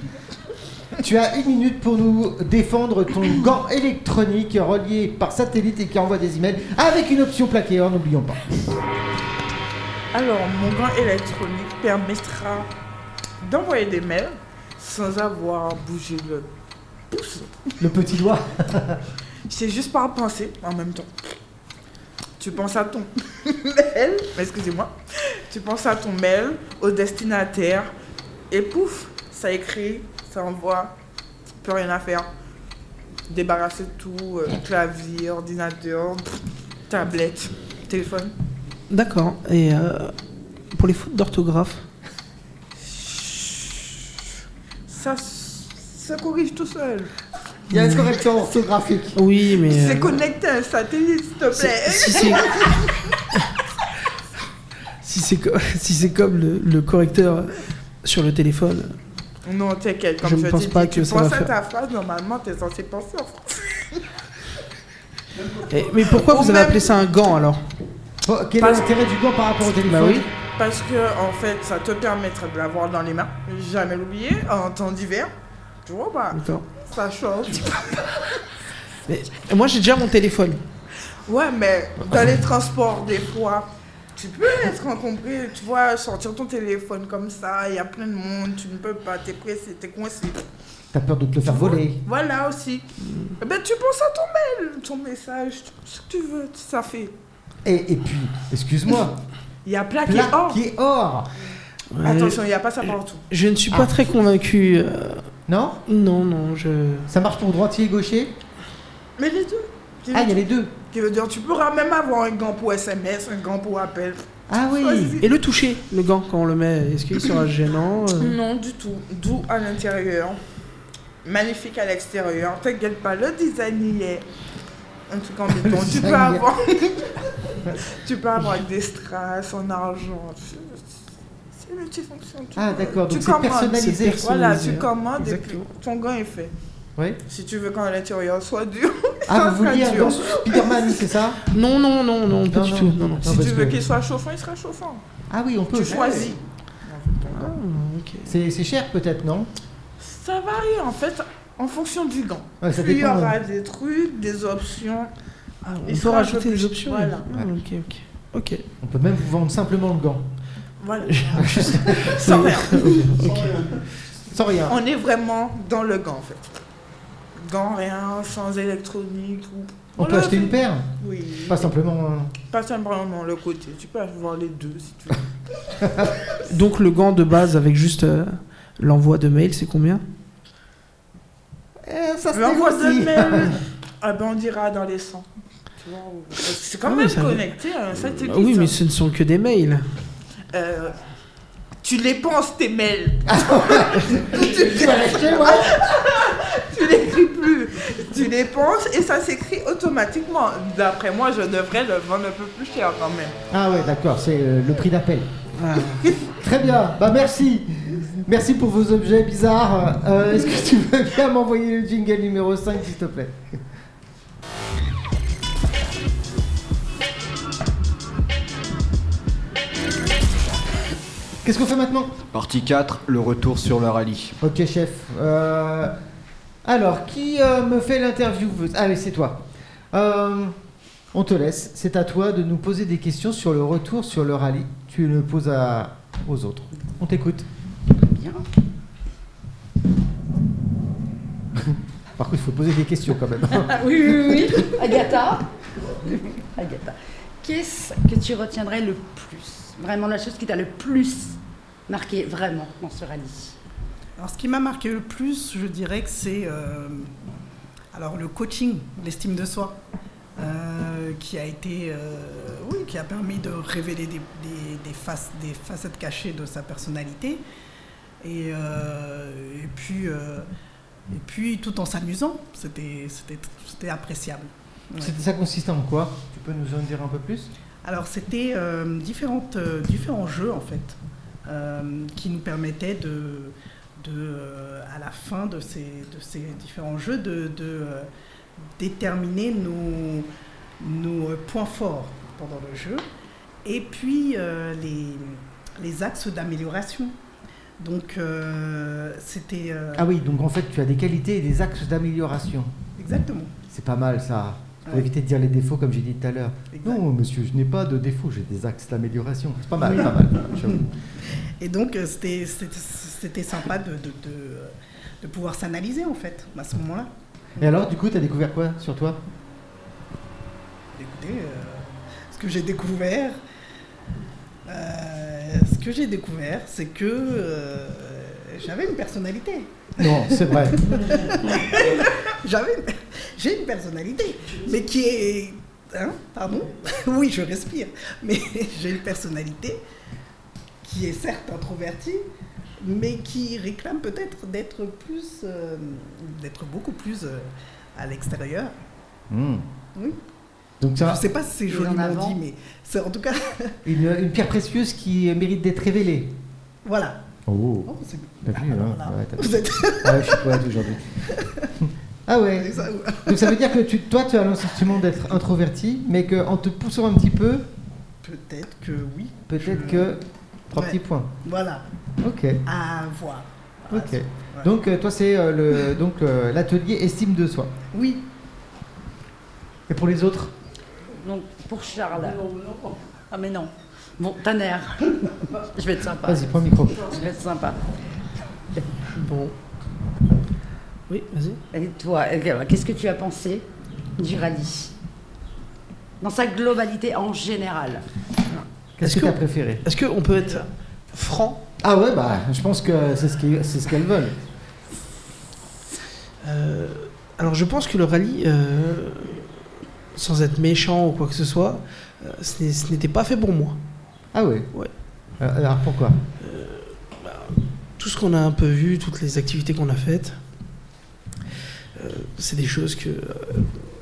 Tu as une minute pour nous défendre ton gant électronique relié par satellite et qui envoie des emails avec une option plaquée or, n'oublions pas. Alors, mon gant électronique permettra d'envoyer des mails sans avoir bougé le pouce. Le petit doigt. C'est juste par penser en même temps. Tu penses à ton mail, excusez-moi, tu penses à ton mail, au destinataire, et pouf, ça écrit, ça envoie, plus rien à faire. Débarrasser de tout, euh, clavier, ordinateur, pff, tablette, téléphone. D'accord. Et euh, pour les fautes d'orthographe, Ça s- se corrige tout seul. Il y a une correction orthographique. oui, mais. euh, C'est connecté à un satellite, s'il te plaît. Si c'est. si c'est co- si c'est comme le, le correcteur sur le téléphone. Non, t'inquiète, comme Je je, ne te pense dis, pas tu que ça va penses à faire- ta phrase, normalement, t'es censé penser en français. Eh, mais pourquoi Ou vous avez même- appelé ça un gant alors Bon, Oh, quel est Parce- l'intérêt du gant par rapport au Ah, téléphone Bah oui. Parce que, en fait, ça te permettra de l'avoir dans les mains, jamais l'oublier, en temps d'hiver. Tu vois, bah, D'accord. ça change. Mais moi j'ai déjà mon téléphone. Ouais, mais dans les transports, des fois, tu peux être encombré, tu vois, sortir ton téléphone comme ça, il y a plein de monde, tu ne peux pas, t'es pressé, t'es coincé. T'as peur de te le faire voler. Voilà aussi. Mm. Eh ben, tu penses à ton mail, ton message, tout ce que tu veux, ça fait. Et, et puis, excuse-moi, Il y a plaqué plat or. qui est or. Ouais, Attention, il n'y a pas ça partout. Je ne suis pas très convaincu. euh, Ah. Non non, non, je. Ça marche pour droitier et gaucher Mais les deux. Qui Ah, il veut, y a les deux. qui veut dire, tu pourras même avoir un gant pour SMS, un gant pour appel. Ah oui. Vas-y. Et le toucher, le gant quand on le met, est-ce qu'il sera gênant euh Non, du tout. Doux à l'intérieur. Magnifique à l'extérieur. T'inquiète pas, le design y est. Un truc en béton. tu design y est. peux avoir. tu peux avoir des strass en argent. C'est multifonction. tu Ah peux- d'accord, tu donc c'est commandes. personnalisé. hein. c'est Voilà, tu personnalisé. commandes et puis Exactement. ton gant est fait. Oui. Si tu veux qu'à l'intérieur soit dur, Ah, vous ça vouliez sera un dur. gant sur Spider-Man, c'est ça Non, non, non, non, pas Non, du non. tout. Non, non. Non, Si parce tu veux que- qu'il soit chauffant, il sera chauffant. Ah oui, on peut. Tu choisis. Ah, ok. C'est c'est cher peut-être, non Ça varie en fait en fonction du gant. Ouais, ça Plus il y dépend, aura des trucs, des options. Ah, on Il peut sera un rajouter peu des plus- options. voilà. Ah, ok, ok. Ok. On peut même vous vendre simplement le gant. Voilà. Sans rien. Sans rien. On est vraiment dans le gant en fait. Gant, rien, sans électronique. Ou... On peut le acheter fait. une paire Oui. Pas simplement. euh, Pas simplement le côté. Tu peux avoir les deux si tu veux. Donc le gant de base avec juste euh, l'envoi de mail, c'est combien Eh, ça se L'envoi négocie. de mail. Ah ben on dira dans les 100. tu vois. ou- C'est quand Ah oui, même ça- connecté hein, à un satellite. Bah oui, mais ce ne sont que des mails. Euh, tu les penses tes mails. Tu vas l'acheter, ouais Tu l'écris plus. Tu les penses et ça s'écrit automatiquement. D'après moi, je devrais le vendre un peu plus cher quand même. Ah ouais, d'accord, c'est euh, le prix d'appel. Ah. Très bien, bah merci. Merci pour vos objets bizarres. Euh, Est-ce que tu veux bien m'envoyer le jingle numéro 5, s'il te plaît Qu'est-ce qu'on fait maintenant Partie 4, le retour sur le rallye. Ok, chef. Euh, alors, qui euh, me fait l'interview Allez, c'est toi. Euh, on te laisse. C'est à toi de nous poser des questions sur le retour sur le rallye. Tu le poses à- aux autres. On t'écoute. Bien. Par contre, il faut poser des questions quand Mmh. même. Ah, oui, oui, oui. Agatha. Agatha. Qu'est-ce que tu retiendrais le plus Vraiment la chose qui t'a le plus marqué, vraiment, dans ce rallye Alors, ce qui m'a marqué le plus, je dirais que c'est euh, alors le coaching, l'estime de soi, euh, qui a été, euh, oui, qui a permis de révéler des, des- des faces- des facettes cachées de sa personnalité, et, euh, et puis euh, et puis tout en s'amusant, c'était c'était c'était appréciable. Ouais. C'était- Ça consiste en quoi Tu peux nous en dire un peu plus Alors, c'était euh, différentes, euh, différents jeux, en fait, euh, qui nous permettaient, de, de, euh, à la fin de ces, de ces différents jeux, de, de, euh, déterminer nos, nos euh, points forts pendant le jeu et puis euh, les, les axes d'amélioration. Donc, euh, c'était... euh, Ah oui, donc en fait, tu as des qualités et des axes d'amélioration. Exactement. C'est pas mal ça. Pour Ouais. éviter de dire les défauts comme j'ai dit tout à l'heure. exact. Non, monsieur, je n'ai pas de défauts, j'ai des axes d'amélioration. C'est pas mal, pas mal. j'avoue. Et donc, euh, c'était- c'était c'était sympa de, de, de, de pouvoir s'analyser, en fait, à ce moment-là. Et alors, du coup, t'as découvert quoi sur toi Écoutez, euh, ce que j'ai découvert, euh, ce que j'ai découvert, c'est que euh, j'avais une personnalité. Non, c'est vrai. J'avais, j'ai une personnalité, mais qui est, hein, pardon, oui, je respire, mais j'ai une personnalité qui est certes introvertie, mais qui réclame peut-être d'être plus, euh, d'être beaucoup plus euh, à l'extérieur. Hmm. Oui. Donc ça, Je sais pas si c'est Mise en joliment avant. dit, mais c'est en tout cas, une, une pierre précieuse qui mérite d'être révélée. voilà. Oh, Oh, c'est bien. t'as vu, hein Voilà. Ouais, t'as vu. Vous êtes Ouais, je suis poète aujourd'hui. Ah ouais. ça, ouais. Donc ça veut dire que tu, toi, tu as l'insentiment d'être introverti, mais qu'en te poussant un petit peu, Peut-être que oui. peut-être Je- que... Trois Ouais. petits points. Voilà, Ok. à voir. Voilà, Ok. c'est- Donc euh, toi, c'est euh, le donc euh, l'atelier estime de soi. Oui, Et pour les autres Donc, pour Charles. Ah, mais non. Bon, Tanner. je vais être sympa. Vas-y, prends le micro. Je vais être sympa. Bon. Oui, vas-y. Et toi, euh, qu'est-ce que tu as pensé du rallye Dans sa globalité en général. Qu'est-ce Est-ce que t'as que- préféré Est-ce qu'on peut être franc Ah ouais, bah, je pense que c'est ce qui- c'est ce qu'elles veulent. Euh, Alors, je pense que le rallye, euh, sans être méchant ou quoi que ce soit, euh, ce n'est- ce n'était pas fait pour moi. Ah ouais Ouais. Euh, alors pourquoi Euh, bah, tout ce qu'on a un peu vu, toutes les activités qu'on a faites, euh, c'est des choses que, euh,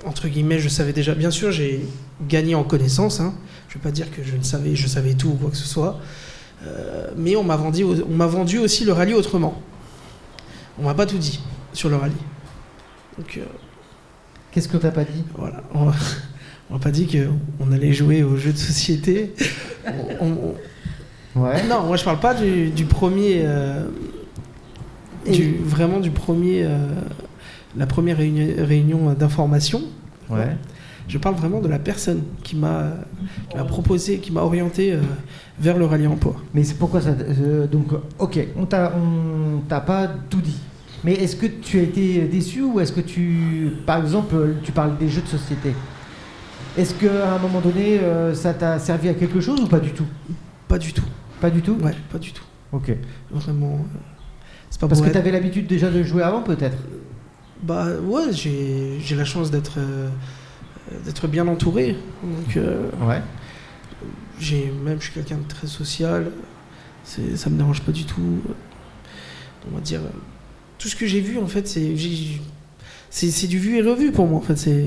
entre guillemets, je savais déjà. Bien sûr, j'ai gagné en connaissances. hein. Je ne vais pas dire que je ne savais, je savais tout ou quoi que ce soit. Euh, mais on m'a vendu, on m'a vendu aussi le rallye autrement. On m'a pas tout dit sur le rallye. Donc euh, Qu'est-ce qu'on t'a pas dit voilà, on on m'a pas dit qu'on allait jouer aux jeux de société. On- on- on- Ouais. non, moi je parle pas du, du premier. euh, du, vraiment du premier. euh, la première réunion, réunion d'information. Ouais. Je parle vraiment de la personne qui m'a euh, qui m'a proposé, qui m'a orienté euh, vers le rallye emploi. Mais c'est pourquoi ça. euh, donc, ok, on t'a, on t'a pas tout dit. Mais est-ce que tu as été déçu ou est-ce que tu. Par exemple, tu parles des jeux de société. Est-ce qu'à un moment donné, euh, ça t'a servi à quelque chose ou pas du tout Pas du tout. Pas du tout Ouais, pas du tout. Ok. Vraiment. euh, c'est pas Parce pour que être- t'avais l'habitude déjà de jouer avant, peut-être Bah ouais, j'ai j'ai la chance d'être euh, d'être bien entouré. Donc, euh, Ouais. j'ai même, je suis quelqu'un de très social. C'est, ça me dérange pas du tout. On va dire, euh, tout ce que j'ai vu en fait, c'est, j'ai- c'est, c'est du vu et revu pour moi. En fait, c'est,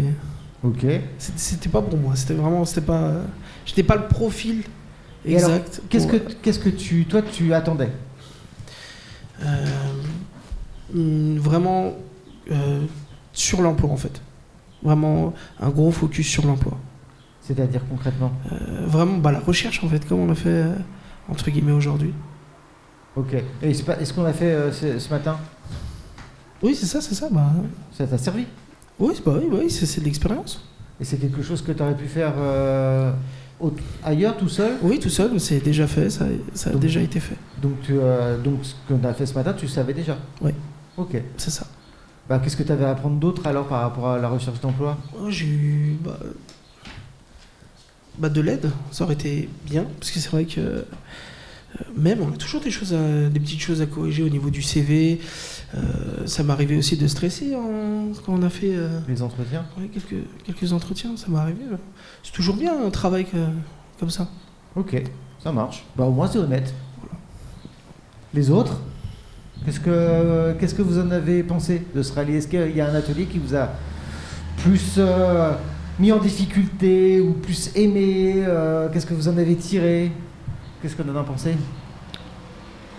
Ok. c'est- c'était pas pour moi. C'était vraiment, c'était pas, euh, j'étais pas le profil Et alors, exact. Qu'est-ce pour- que, qu'est-ce que tu, toi, tu attendais Euh, mm, vraiment euh, sur l'emploi en fait. Vraiment un gros focus sur l'emploi. C'est-à-dire concrètement Euh, vraiment bah, la recherche en fait, comme on l'a fait euh, entre guillemets aujourd'hui. Ok. Et c'est pas- est-ce qu'on a fait euh, ce, ce matin Oui, c'est ça, c'est ça. Bah, Ça t'a servi oui, c'est- bah, oui, bah, oui, c'est c'est de l'expérience. Et c'est quelque chose que tu aurais pu faire euh, au- ailleurs, tout seul Oui, tout seul, c'est déjà fait, ça, ça a Donc- déjà été fait. donc, tu, euh, donc ce qu'on a fait ce matin, tu le savais déjà Oui. Ok. C'est ça. Bah, Qu'est-ce que tu avais à apprendre d'autre alors par rapport à la recherche d'emploi Moi, j'ai eu bah, bah, de l'aide, ça aurait été bien, parce que c'est vrai que euh, même on a toujours des choses, à- des petites choses à corriger au niveau du CV. Euh, ça m'arrivait aussi de stresser en- quand on a fait euh, Les entretiens ouais, quelques, quelques entretiens, ça m'est arrivé. C'est toujours bien un travail que- comme ça. Ok, ça marche. Bah, au moins, c'est honnête. Les autres Qu'est-ce que Qu'est-ce que vous en avez pensé de ce rallye Est-ce qu'il y a un atelier qui vous a plus euh, mis en difficulté ou plus aimé euh, Qu'est-ce que vous en avez tiré Qu'est-ce qu'on en a pensé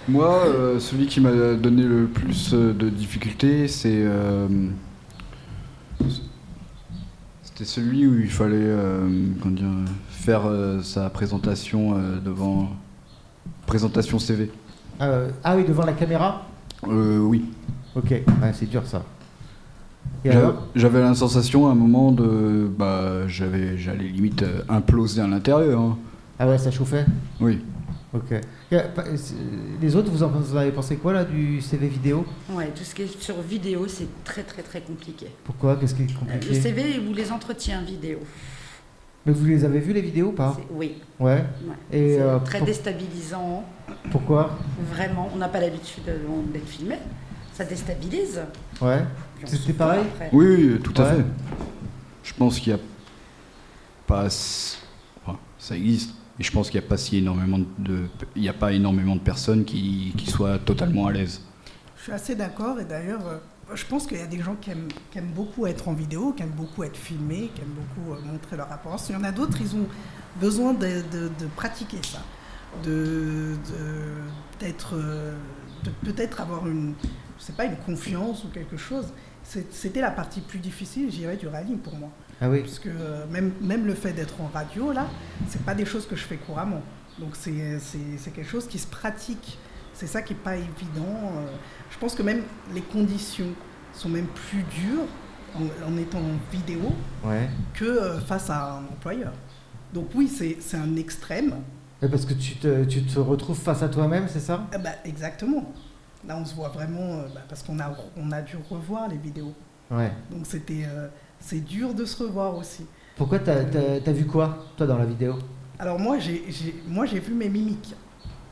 Moi, euh, celui qui m'a donné le plus euh, de difficultés, c'est. euh, C'était celui où il fallait euh, comment dire, faire euh, sa présentation euh, devant. Présentation CV. Euh, Ah oui, devant la caméra Euh, oui. Ok, ouais, c'est dur ça. Et J'avais- alors J'avais la sensation à un moment de. Bah, j'avais, j'allais limite euh, imploser à l'intérieur. hein. Ah ouais, ça chauffait Oui. Ok. Et, euh, pa- c'est- Les autres, vous en vous en avez pensé quoi là du CV vidéo Ouais, tout ce qui est sur vidéo, c'est très très très compliqué. Pourquoi Qu'est-ce qui est Euh, compliqué Le CV ou les entretiens vidéo. Mais vous les avez vus les vidéos ou pas C'est- Oui. Ouais. ouais. Et, C'est euh, très pour- déstabilisant. Pourquoi Vraiment, on n'a pas l'habitude de- d'être filmé. Ça déstabilise. Ouais. Puis on C'était se voit pareil après. Oui, oui, tout à Ouais. fait. Je pense qu'il n'y a pas. s- enfin, ça existe. Et je pense qu'il n'y a pas si énormément de. Il n'y a pas énormément de personnes qui, qui soient totalement à l'aise. Je suis assez d'accord et d'ailleurs, euh, je pense qu'il y a des gens qui aiment, qui aiment beaucoup être en vidéo, qui aiment beaucoup être filmés, qui aiment beaucoup euh, montrer leur apparence. Il y en a d'autres, ils ont besoin de, de- de pratiquer ça, de, de- d'être, euh, de peut-être avoir une, je sais pas, une confiance ou quelque chose. C'est- C'était la partie plus difficile, je dirais, du rallye pour moi. Ah oui. Parce que euh, même, même le fait d'être en radio, là, c'est pas des choses que je fais couramment. Donc c'est c'est- c'est quelque chose qui se pratique. C'est ça qui n'est pas évident. euh. Je pense que même les conditions sont même plus dures en, en étant en vidéo Ouais. que euh, face à un employeur. Donc oui, c'est c'est un extrême. Mais parce que tu te, tu te retrouves face à toi-même, c'est ça Ah bah, exactement. Là, on se voit vraiment, euh, bah, parce qu'on a, on a dû revoir les vidéos. Ouais. Donc c'était euh, c'est dur de se revoir aussi. Pourquoi t'as t'as- t'as vu quoi, toi, dans la vidéo Alors moi, j'ai j'ai- moi, j'ai vu mes mimiques.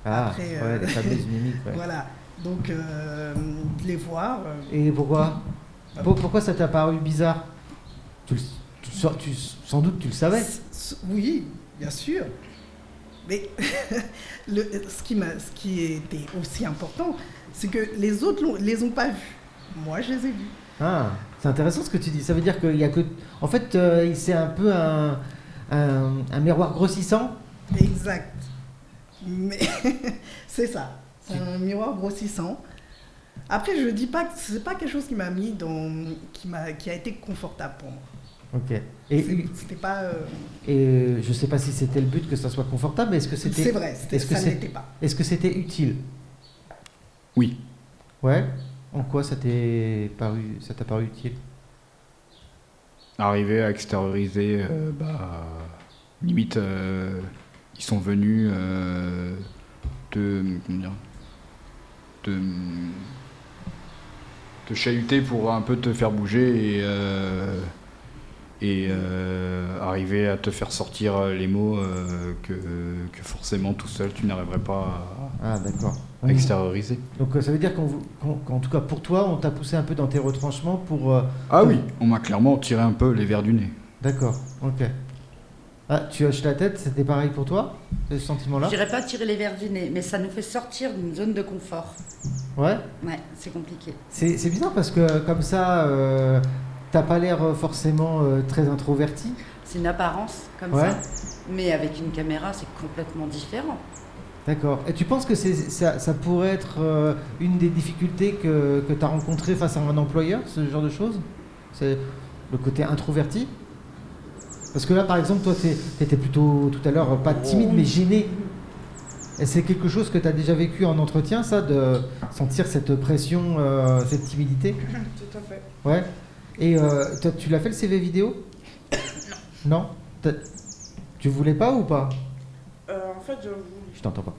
Ah, Après, ouais, euh, les fameuses mimiques, ouais. Voilà. Donc, euh, de les voir. euh, Et pourquoi Ah. Pour- Pourquoi ça t'a paru bizarre tu, le- tu le sa- tu- Sans doute, tu le savais. s- s- Oui, bien sûr. Mais le- ce, qui m'a- ce qui était aussi important, c'est que les autres ne les ont pas vus. Moi, je les ai vus. Ah, c'est intéressant ce que tu dis. Ça veut dire qu'il y a que... En fait, euh, c'est un peu un, un- un miroir grossissant. Exact. Mais c'est ça. C'est un miroir grossissant. Après, je ne dis pas que ce n'est pas quelque chose qui m'a mis dans. Qui, m'a, qui a été confortable pour moi. Ok. C'est- Et, C'était pas. euh, et je sais pas si c'était le but que ça soit confortable, mais est-ce que c'est c'était vrai, c'était, est-ce que ça ne c'est- l'était pas. est-ce que c'était utile Oui. Ouais. En quoi ça t'est paru, ça t'a paru utile Arriver à extérioriser, euh, bah, limite, euh, ils sont venus euh, te. Comment dire te, te chahuter pour un peu te faire bouger et. euh, et euh, arriver à te faire sortir les mots euh, que, que forcément tout seul tu n'arriverais pas Ah d'accord. à extérioriser. Donc euh, ça veut dire qu'en vous- qu'en- qu'en tout cas pour toi, on t'a poussé un peu dans tes retranchements pour. euh, Ah oui, on m'a clairement tiré un peu les verres du nez. D'accord, ok. Ah, tu hoches la tête, c'était pareil pour toi, ce sentiment-là Je dirais pas tirer les verres du nez, mais ça nous fait sortir d'une zone de confort. Ouais. Ouais, c'est compliqué. C'est c'est bizarre parce que comme ça, euh, t'as pas l'air euh, forcément euh, très introverti. C'est une apparence comme Ouais. ça. Mais avec une caméra, c'est complètement différent. D'accord. Et tu penses que c'est- ça, ça pourrait être euh, une des difficultés que, que tu as rencontrées face à un employeur, ce genre de choses C'est le côté introverti Parce que là, par exemple, toi, tu étais plutôt tout à l'heure euh, pas timide, mais gêné. Et c'est quelque chose que tu as déjà vécu en entretien, ça, de sentir cette pression, euh, cette timidité Tout à fait. Ouais. Et euh, toi, tu l'as fait le CV vidéo Non. Non T'as- Tu voulais pas ou pas Euh, en fait, je voulais- Je t'entends pas.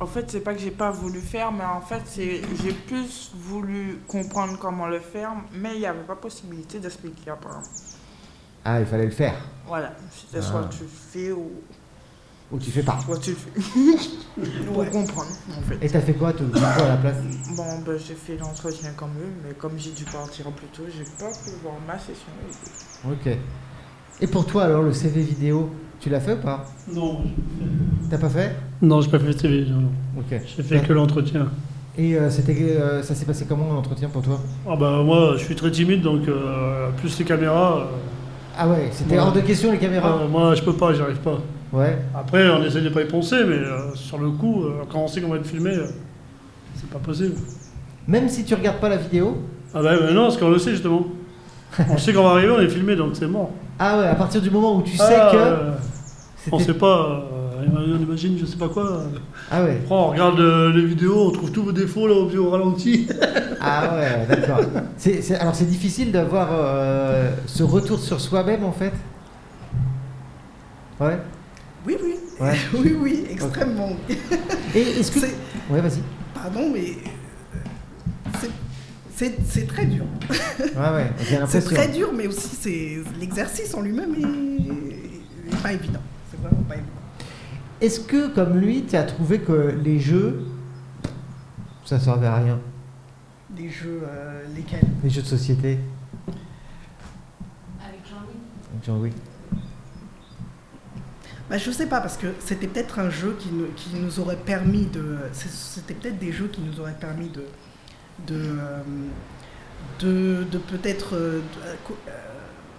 En fait, c'est pas que j'ai pas voulu faire, mais en fait, c'est j'ai plus voulu comprendre comment le faire, mais il n'y avait pas possibilité d'expliquer apparemment. Ah, il fallait le faire. Voilà, c'était Ah. soit tu fais ou Ou tu fais pas. soit tu le fais. Pour comprendre, en fait. Et t'as fait quoi, toi, du coup, à la place Bon, ben, j'ai fait l'entretien comme eux, mais comme j'ai dû partir plus tôt, j'ai pas pu voir ma session. Ok. Et pour toi, alors, le CV vidéo, tu l'as fait ou pas Non, T'as pas fait non j'ai pas fait le CV, non, non. Ok. J'ai fait que l'entretien. Et euh, c'était, euh, ça s'est passé comment l'entretien pour toi Ah bah moi, je suis très timide, donc euh, plus les caméras, euh, Ah ouais, c'était Ouais. hors de question les caméras. euh, moi je peux pas, j'y arrive pas. Ouais. Après, on essaie de pas y penser, mais euh, sur le coup, euh, quand on sait qu'on va être filmé, euh, c'est pas possible. Même si tu regardes pas la vidéo. Ah bah, bah non, parce qu'on le sait justement. On sait qu'on va arriver, on est filmé, donc c'est mort. Ah ouais, à partir du moment où tu sais Ah, que. euh, on c'était- sait pas, euh, on imagine je sais pas quoi. Ah ouais. Après, on regarde euh, les vidéos, on trouve tous vos défauts là au au ralenti. Ah ouais, d'accord. C'est- c'est- alors c'est difficile d'avoir euh, ce retour sur soi-même en fait. Ouais. Oui, oui. Ouais. Oui, oui, extrêmement. Et est-ce que C'est- ouais, vas-y. Pardon, mais euh, c'est- c'est- c'est très dur. Ouais, ouais. J'ai C'est l'impression. très dur, mais aussi c'est l'exercice en lui-même est, est pas évident. C'est vraiment pas évident. Est-ce que comme lui, tu as trouvé que les jeux, ça servait à rien, Des jeux euh, lesquels les jeux de société Avec Jean-Louis. Bah, je sais pas, parce que c'était peut-être un jeu qui, nous- qui nous aurait permis de. c'est- C'était peut-être des jeux qui nous auraient permis de. de, euh, de, de peut-être euh, de- euh, co- euh,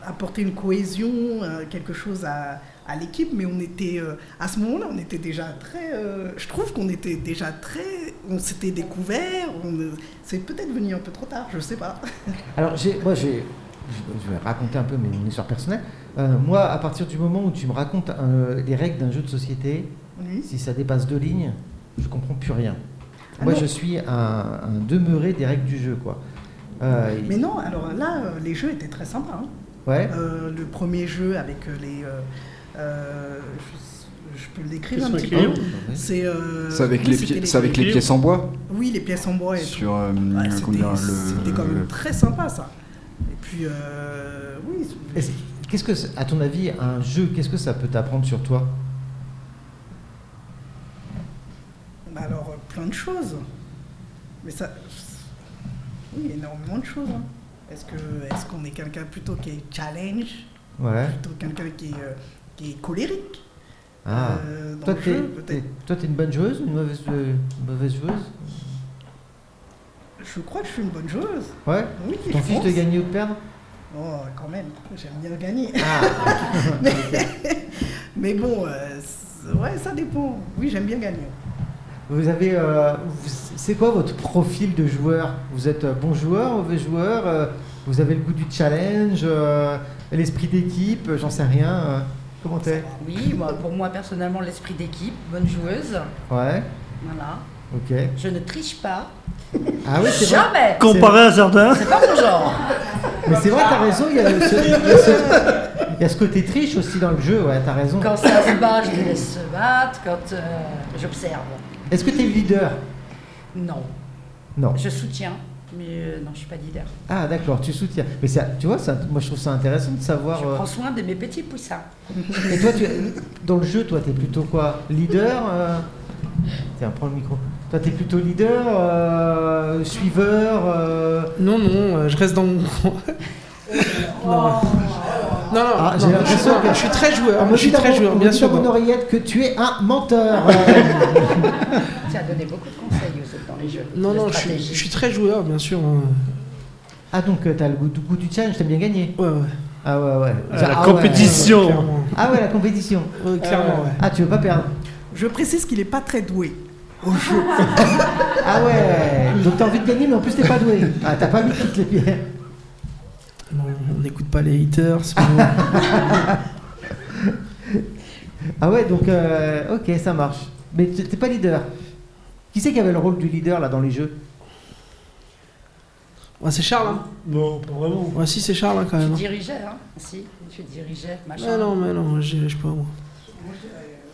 apporter une cohésion, euh, quelque chose à, à l'équipe, mais on était. euh, à ce moment-là, on était déjà très. euh, je trouve qu'on était déjà très. On s'était découvert, on, euh, c'est peut-être venu un peu trop tard, je sais pas. Alors j'ai, moi j'ai, je- je vais raconter un peu mes- mon histoire personnelle. Euh, Mhm. moi, à partir du moment où tu me racontes euh, les règles d'un jeu de société, Oui. Si ça dépasse deux lignes, je comprends plus rien. Ah Moi, non. je suis un, un demeuré des règles du jeu, quoi. Euh, Mais non, alors là, euh, les jeux étaient très sympas. hein. Ouais. Euh, le premier jeu avec euh, les. euh, euh, je, je peux l'écrire un Question petit écrite. peu. C'est euh, C'est avec, oui, les, c'était pieds, c'est avec les les- pièces en bois Oui, les pièces en bois et tout. sur euh, Ouais, comment c'était, dire, c'était quand même le. très sympa ça. Et puis, euh, oui. c'est- Est-ce- Qu'est-ce que, c'est- à ton avis, un jeu, qu'est-ce que ça peut t'apprendre sur toi bah alors, euh, plein de choses. Mais ça. Oui, énormément de choses. hein. Est-ce, que, est-ce qu'on est quelqu'un plutôt qui est challenge Ouais. Plutôt quelqu'un qui est, euh, qui est colérique Ah. euh, dans toi, le t'es, jeu, peut-être t'es- toi, t'es une bonne joueuse, ou une mauvaise, euh, une mauvaise joueuse Je crois que je suis une bonne joueuse. Ouais. Oui, Tu t'en je fiches de pense. gagner ou de perdre Oh, quand même, j'aime bien gagner. Ah. Mais bon, euh, c'est- ouais, ça dépend. Oui, j'aime bien gagner. Vous avez, euh, vous- c'est quoi votre profil de joueur Vous êtes euh, bon joueur, mauvais joueur euh, Vous avez le goût du challenge, euh, l'esprit d'équipe, euh, j'en sais rien. euh, comment t'es Oui, moi, pour moi, personnellement, l'esprit d'équipe, bonne joueuse. Ouais, Voilà. ok. Je ne triche pas. Ah oui, c'est vrai. Jamais Comparé à certains. C'est pas mon genre Mais c'est vrai, t'as raison. Il y, a le- ce, il y a ce- il y a ce côté triche aussi dans le jeu. Ouais, t'as raison. Quand ça se bat, je les laisse se battre. Quand euh, j'observe, Est-ce que t'es le leader non. Non. Je soutiens, mais euh, non, je suis pas leader. Ah d'accord, tu soutiens. Mais ça, tu vois, ça, moi je trouve ça intéressant de savoir. Je euh, prends soin de mes petits poussins. Et toi, tu, dans le jeu, toi, t'es plutôt quoi Leader euh, Tiens, prends le micro. Toi, t'es plutôt leader, euh, suiveur. euh, Non, non, euh, je reste dans mon coin. Oh. Non. Non, non, Ah, non, j'ai je- l'impression non, que- Ah, je suis très joueur, On me je suis dit dans très mon- joueur, on me bien dit sûr. dans mon oreillette que tu es un menteur. Euh, Tu as donné beaucoup de conseils aux autres dans les jeux. Non, de non, je suis, stratégie. je suis très joueur, bien sûr. hein. ah donc euh, t'as le goût, du goût du challenge, t'as bien gagné. Ouais, ouais. Ah ouais ouais. Euh, la Ah ouais. compétition. Clairement, Ah ouais la compétition. Euh, clairement, ouais. Ah tu veux pas perdre. Je précise qu'il n'est pas très doué. Ah ouais. Donc t'as envie de gagner mais en plus t'es pas doué. Ah t'as pas mis toutes les pierres. Non, on n'écoute pas les haters. mais bon. Ah ouais donc euh, ok ça marche. Mais t- t'es pas leader. Qui c'est qui avait le rôle du leader là dans les jeux Ouais, c'est Charles, hein. Non, pas vraiment. Ouais, si, c'est Charles, hein, quand même. Tu hein. dirigeais, hein Si, tu dirigeais, machin. Mais non, mais non, je je sais pas, moi.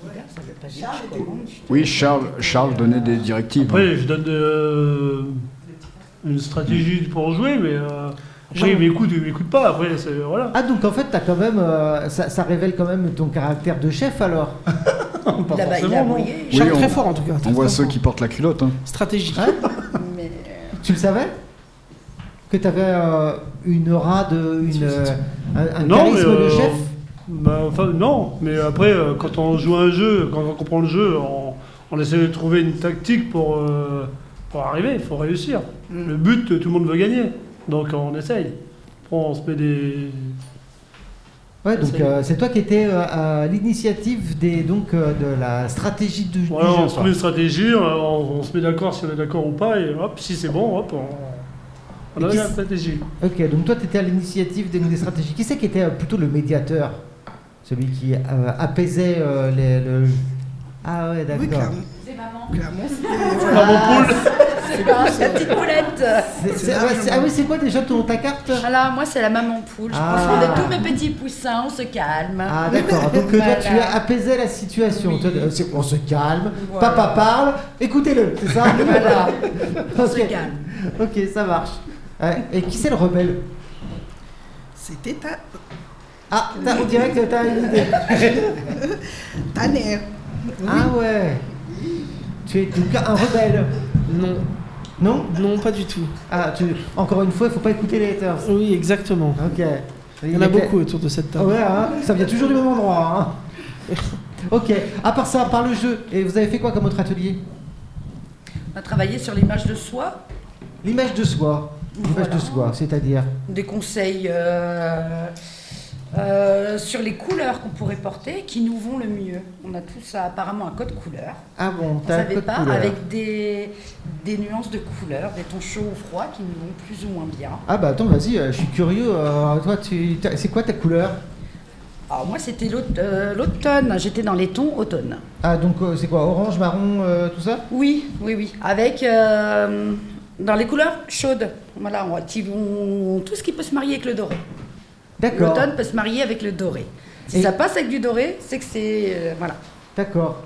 Ça veut pas dire que je commande. Oui, Charles, Charles donnait des directives. hein. Après, je donne euh, une stratégie pour jouer, mais euh, après, il m'écoute ou il m'écoute pas. Après, c'est. Voilà. Ah donc en fait t'as quand même euh, ça, ça révèle quand même ton caractère de chef alors. Pas Il a, il a forcément, non. mouillé, Oui, Charles, on- très fort, en tout cas. très On voit fort. ceux qui portent la culotte. hein. Stratégique. mais euh, Tu le savais Que t'avais euh, une aura de une euh, un, un Non, charisme mais, de euh, chef. Bah, enfin, non, mais après, euh, quand on joue à un jeu, quand on comprend le jeu, on, on essaie de trouver une tactique pour, euh, pour arriver, il faut réussir. Mm. Le but, tout le monde veut gagner, donc on essaye. Après, on se met des... Ouais, donc C'est- euh, c'est toi qui étais euh, à l'initiative des donc euh, de la stratégie du, du Voilà, jeu, on se quoi. trouve une stratégie, on, on se met d'accord si on est d'accord ou pas, et hop, si c'est bon, hop, on, on Et a qui- la stratégie. Ok, donc toi tu étais à l'initiative des, des stratégies. Qui c'est qui était euh, plutôt le médiateur, celui qui euh, apaisait euh, les, le. Ah ouais, Oui, d'accord. clairement. c'est maman. Clairement, c'était- ah, C'est pas la petite poulette. c'est- c'est- ah ouais, c'est- ah oui, c'est quoi déjà ton ta carte Voilà, moi c'est la maman poule. Je Ah. prends soin de tous mes petits poussins, on se calme. Ah d'accord, donc euh, toi tu Voilà. as apaisé la situation. Oui. Toi, euh, c'est- on se calme, Voilà. papa parle, écoutez-le, c'est ça Voilà, on Ok. se calme. Ok, ça marche. Euh, et qui c'est le rebelle C'était ta- Ah, t'as- on dirait que t'as une idée. ta mère. Oui. Ah ouais Tu es donc un rebelle Non, Non non, pas du tout. Ah, tu... encore une fois, il faut pas écouter les haters. Oui, exactement. Ok. Il y en a beaucoup autour de cette table. Ouais, hein, ça vient toujours du même endroit. hein. ok, à part ça, à part le jeu, et vous avez fait quoi comme autre atelier On a travaillé sur l'image de soi, L'image de soi. L'image Voilà. de soi, c'est-à-dire des conseils euh, euh, sur les couleurs qu'on pourrait porter qui nous vont le mieux. On a tous apparemment un code couleur. Ah bon, On t'as un savait code pas, couleur. avec des, des nuances de couleurs, des tons chauds ou froids qui nous vont plus ou moins bien. Ah bah attends, vas-y, euh, je suis curieux. euh, toi, tu... t'as- c'est quoi ta couleur Alors moi c'était l'aut- euh, l'automne, j'étais dans les tons automne. Ah donc euh, c'est quoi Orange, marron, euh, tout ça Oui, oui, oui. Avec euh, dans les couleurs chaudes. Voilà, on, active- on- tout ce qui peut se marier avec le doré. D'accord. L'automne peut se marier avec le doré. Si Et- ça passe avec du doré, c'est que c'est euh, voilà. D'accord.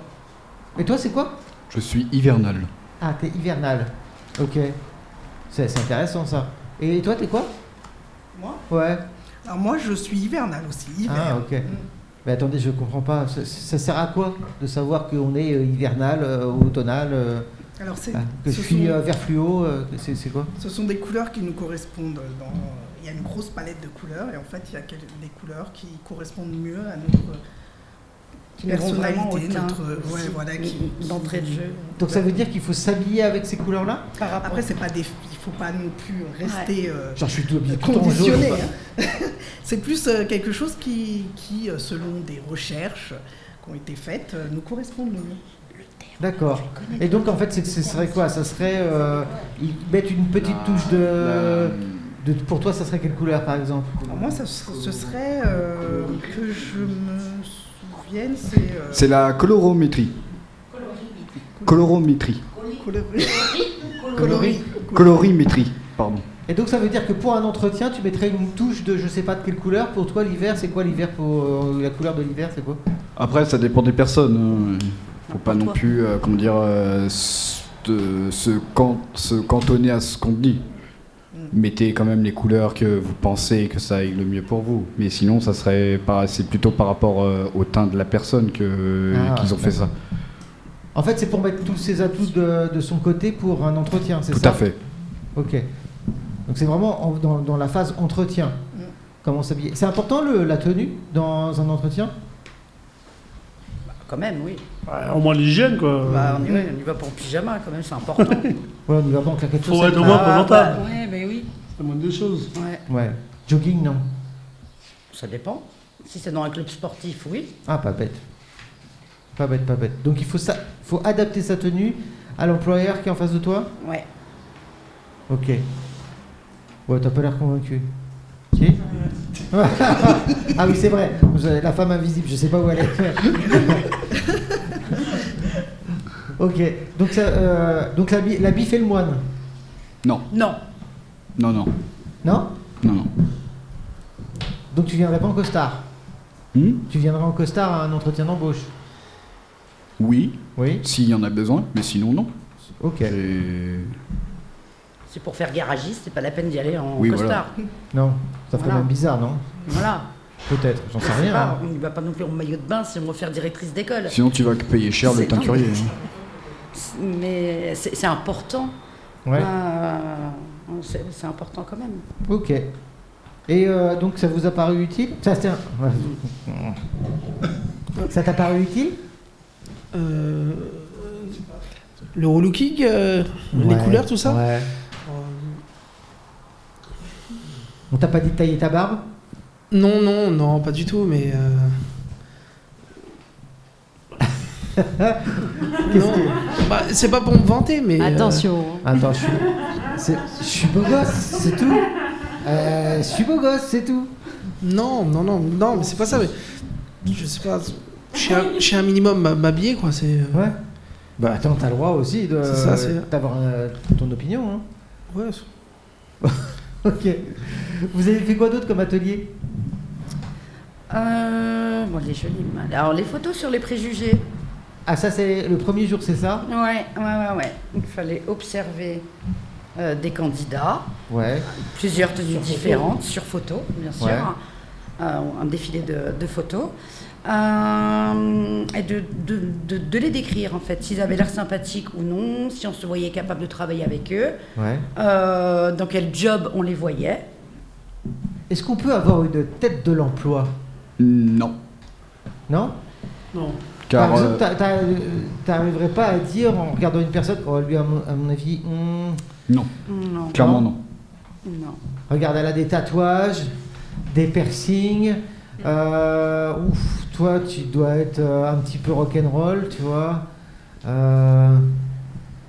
Et toi, c'est quoi Je suis hivernal. Ah, t'es hivernal. Ok. C'est c'est intéressant ça. Et toi, t'es quoi Moi Ouais. Alors, moi, je suis hivernal aussi. Ah, Hiver. Mm. ok. Mais attendez, je comprends pas. Ça, ça sert à quoi de savoir qu'on est euh, hivernal, euh, automnal, euh, Alors, c'est- ah, que je ce, suis sont, euh, vert fluo euh, C'est c'est quoi ce sont des couleurs qui nous correspondent. dans- Il y a une grosse palette de couleurs et en fait, il y a quel- des couleurs qui correspondent mieux à notre Qui nous vont vraiment au personnalité, teint notre- ouais, aussi, voilà, qui- qui- d'entrée de jeu. Donc ça veut dire qu'il faut s'habiller avec ces couleurs-là Par rapport- Après, c'est pas des... il faut pas non plus rester euh, Genre, je suis tout habillé tout en jaune. conditionné. quoi. hein. c'est plus euh, quelque chose qui, qui, euh, selon des rechercherches qui ont été faites, euh, nous correspond le mieux. D'accord. Et donc en fait, c'est- ce serait quoi Ça serait euh, ils mettent une petite La- touche de, la- de- Pour toi, ça serait quelle couleur, par exemple Alors, moi, ça, se- ce serait euh, que je me souvienne, c'est. euh, C'est la colorométrie. Colorométrie. color- Coloris. Colorimétrie, pardon. Et donc ça veut dire que pour un entretien, tu mettrais une touche de je sais pas de quelle couleur. Pour toi, l'hiver, c'est quoi l'hiver pour euh, la couleur de l'hiver, c'est quoi Après, ça dépend des personnes. hein. Faut pas non Toi. plus, euh, comment dire, euh, s- de- se, can- se cantonner à ce qu'on te dit. Mm. Mettez quand même les couleurs que vous pensez que ça aille le mieux pour vous. Mais sinon, ça serait pas. C'est plutôt par rapport euh, au teint de la personne que Ah, qu'ils ont fait ça. En fait, c'est pour mettre tous ses atouts de, de son côté pour un entretien, c'est Tout ça à fait. Mm. Ok. Donc c'est vraiment en- dans, dans la phase entretien. Comment s'habiller C'est important le- la tenue dans un entretien Quand même, oui. Ouais, au moins l'hygiène, quoi. Bah, on, y, ouais, on y va pour en pyjama, quand même, c'est important. Ouais, on y va pas en claquette Faut chaussette. être au moins présentable. bah, ouais, mais oui. C'est la moindre des choses. Ouais. Ouais. Jogging, non. Ça dépend. Si c'est dans un club sportif, oui. Ah, pas bête. Pas bête, pas bête. Donc il faut, ça, faut adapter sa tenue à l'employeur qui est en face de toi Ouais. Ok. Ouais, t'as pas l'air convaincu. Si Ah oui, c'est vrai. Vous avez la femme invisible, je sais pas où elle est. ok. Donc, ça, euh, donc la, bi- la bif et le moine. Non, Non. non, non, Non non, non. Donc tu viendrais pas en costard. Hmm Tu viendrais en costard à un entretien d'embauche. oui, Oui s'il y en a besoin, mais sinon non. Ok. Et- C'est pour faire garagiste, c'est pas la peine d'y aller en Oui, voilà. costard. Non, ça ferait Voilà. même bizarre, non Voilà. Peut-être, j'en sais Je sais rien. pas, hein. on n'y va pas non plus en maillot de bain si on veut faire directrice d'école. Sinon tu vas que payer cher le C'est teinturier. hein. Mais c'est c'est important. Ouais. Euh, c'est c'est important quand même. Ok. Et euh, donc ça vous a paru utile Ça c'est un- Ça t'a paru utile Euh, le relooking, euh, les Ouais, couleurs, tout ça Ouais. Euh, On t'a pas dit de tailler ta barbe Non, non, non, pas du tout, mais. euh, non, bah, c'est pas pour me vanter, mais. euh, Attention. Attends, je suis, c'est- je suis beau gosse, c'est tout. Euh, je suis beau gosse, c'est tout. non, non, non, non, mais c'est pas ça, mais. Je sais pas. Je suis un, je suis un minimum m- m'habiller, quoi, c'est. euh, Ouais. Bah attends, t'as le droit aussi de C'est ça, c'est- d'avoir euh, ton opinion. hein. Ouais. Ok. Vous avez fait quoi d'autre comme atelier Euh, bon, les jolies mains. Alors, les photos sur les préjugés. Ah ça c'est le premier jour, c'est ça Ouais, ouais, ouais, ouais. Il fallait observer euh, des candidats, Ouais. plusieurs tenues différentes, sur photo, bien sûr. Ouais. Euh, un défilé de, de photos. Euh, et de, de- de- de les décrire, en fait, s'ils avaient l'air sympathiques ou non, si on se voyait capable de travailler avec eux, Ouais. euh, dans quel job on les voyait. Est-ce qu'on peut avoir une tête de l'emploi Non, Non Non. car Par exemple, euh, t'a- t'a- euh, t'arriverais pas à dire en regardant une personne, oh lui à mon, à mon avis, hmm, non, Non, clairement non. non. regarde elle a des tatouages, des piercings, euh, ouf, toi tu dois être euh, un petit peu rock'n'roll, tu vois. Euh,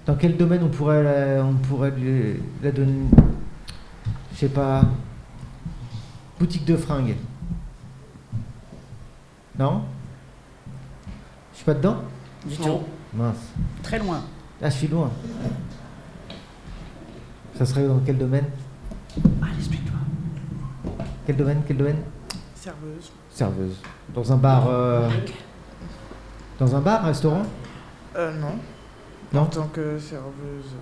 dans quel domaine on pourrait la, on pourrait lui- la donner, je sais pas, boutique de fringues. Non Je suis pas dedans Du tout. Non. Mince. Très loin. Ah, je suis loin. Ça serait dans quel domaine Ah, Allez, explique-toi. Quel domaine Quel domaine Serveuse. Serveuse. Dans un bar. euh, Dans un bar, restaurant Euh, non. Non. En tant que serveuse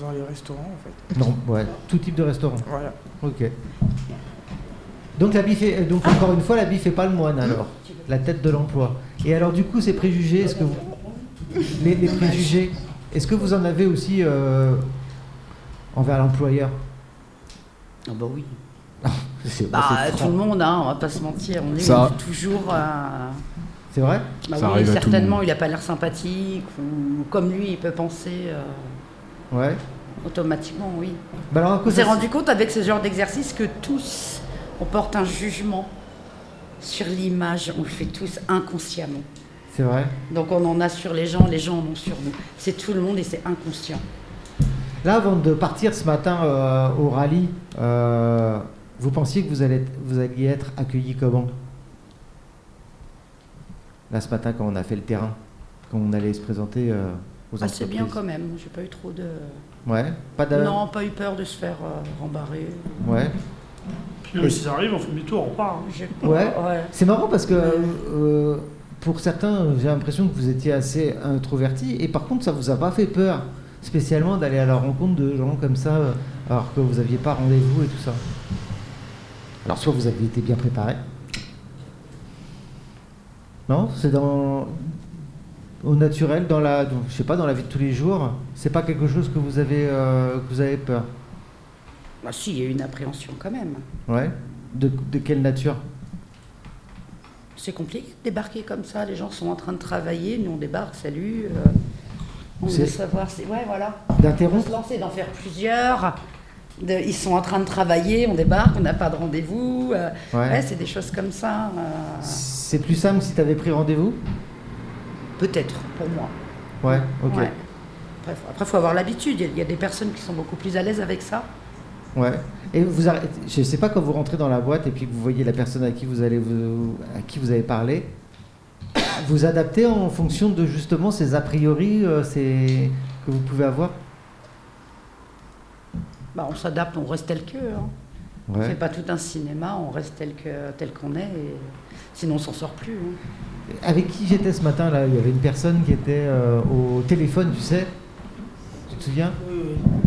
dans les restaurants, en fait. Non, ouais. Tout type de restaurant. Voilà. Ok. Donc la bif est- euh, Ah. donc encore une fois la bif est pas le moine alors. La tête de l'emploi. Et alors du coup ces préjugés, est-ce que vous les, les préjugés, est-ce que vous en avez aussi euh, envers l'employeur Ah bah oui. C'est Bah, c'est tout franc. le monde, hein, on va pas se mentir. On est Ça- toujours. euh, C'est vrai bah Ça oui, arrive à tout le certainement, monde. il a pas l'air sympathique, ou comme lui, il peut penser euh, Ouais. automatiquement, oui. Bah alors à On quoi s'est ça- rendu compte avec ce genre d'exercice que tous, on porte un jugement sur l'image, on le fait tous inconsciemment. C'est vrai. Donc on en a sur les gens, les gens en ont sur nous. C'est tout le monde et c'est inconscient. Là, avant de partir ce matin euh, au rallye, euh, vous pensiez que vous, allez être- vous alliez être accueilli comment Là, ce matin, quand on a fait le terrain, quand on allait se présenter euh, aux Ah, c'est bien quand entreprises. même, j'ai pas eu trop de. Ouais, pas de. Non, pas eu peur de se faire euh, rembarrer. Ouais. Puis même si ça arrive, on fait demi-tour, on part. hein. J'ai- Ouais. ouais. C'est marrant parce que Ouais. euh, pour certains, j'ai l'impression que vous étiez assez introverti et par contre, ça vous a pas fait peur spécialement d'aller à la rencontre de gens comme ça euh, alors que vous aviez pas rendez-vous et tout ça. Alors soit vous avez été bien préparé. Non, c'est dans au naturel dans la dans- je sais pas dans la vie de tous les jours, c'est pas quelque chose que vous avez euh, que vous avez peur. Bah si, il y a eu une appréhension quand même. Ouais. de, de quelle nature C'est compliqué de débarquer comme ça. Les gens sont en train de travailler. Nous, on débarque, salut. euh, on C'est- veut savoir. si- Ouais, voilà. On peut se D'interrompre lancer, d'en faire plusieurs. De- ils sont en train de travailler, on débarque, on n'a pas de rendez-vous. euh, ouais, Ouais. c'est des choses comme ça. euh, C'est plus simple si t'avais pris rendez-vous Peut-être, pour moi. Ouais, ok. Ouais. Après, faut- Après, il faut avoir l'habitude. Il y a- il y, a des personnes qui sont beaucoup plus à l'aise avec ça. Ouais. Et vous arrêtez, je sais pas quand vous rentrez dans la boîte et puis que vous voyez la personne à qui vous allez vous, à qui vous avez parlé, vous adaptez en fonction de justement ces a priori euh, ces- que vous pouvez avoir. Bah, on s'adapte, on reste tel que. hein. On fait pas tout un cinéma, on reste tel que tel qu'on est. et- Sinon, on s'en sort plus. hein. Avec qui j'étais ce matin là Il y avait une personne qui était euh, au téléphone, tu sais. Tu te souviens Euh,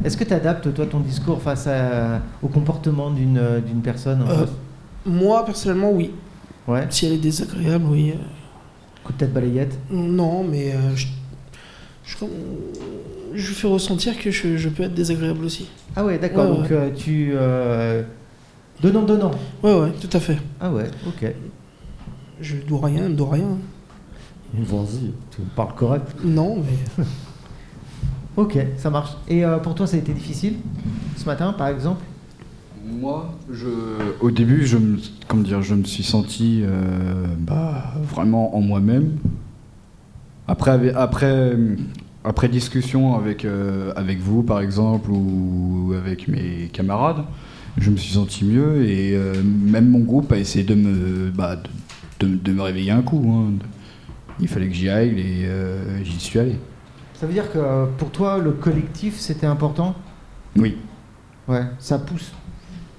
Est-ce que tu adaptes toi ton discours face à- au comportement d'une euh, d'une personne en Euh, face Moi, personnellement, oui. Ouais. Si elle est désagréable, oui. euh, Coup de tête balayette. Non, mais euh, je, je, je lui fais ressentir que je, je peux être désagréable aussi. Ah ouais, d'accord. Ouais, donc euh, tu euh, donnant donnant. Ouais, ouais, tout à fait. Ah ouais, ok. euh, Je lui dois rien, elle me doit rien. Vas-y, tu me parles correct. Non, mais Ok, ça marche. Et euh, pour toi, ça a été difficile ce matin, par exemple Moi, je, au début, je me, comment dire, je me suis senti euh, bah, vraiment en moi-même. Après, avec- après, après discussion avec, euh, avec vous, par exemple, ou avec mes camarades, je me suis senti mieux et euh, même mon groupe a essayé de me, bah, de, de- de me réveiller un coup. hein. Il fallait que j'y aille et euh, j'y suis allé. Ça veut dire que euh, pour toi, le collectif, c'était important Oui. Ouais, ça pousse.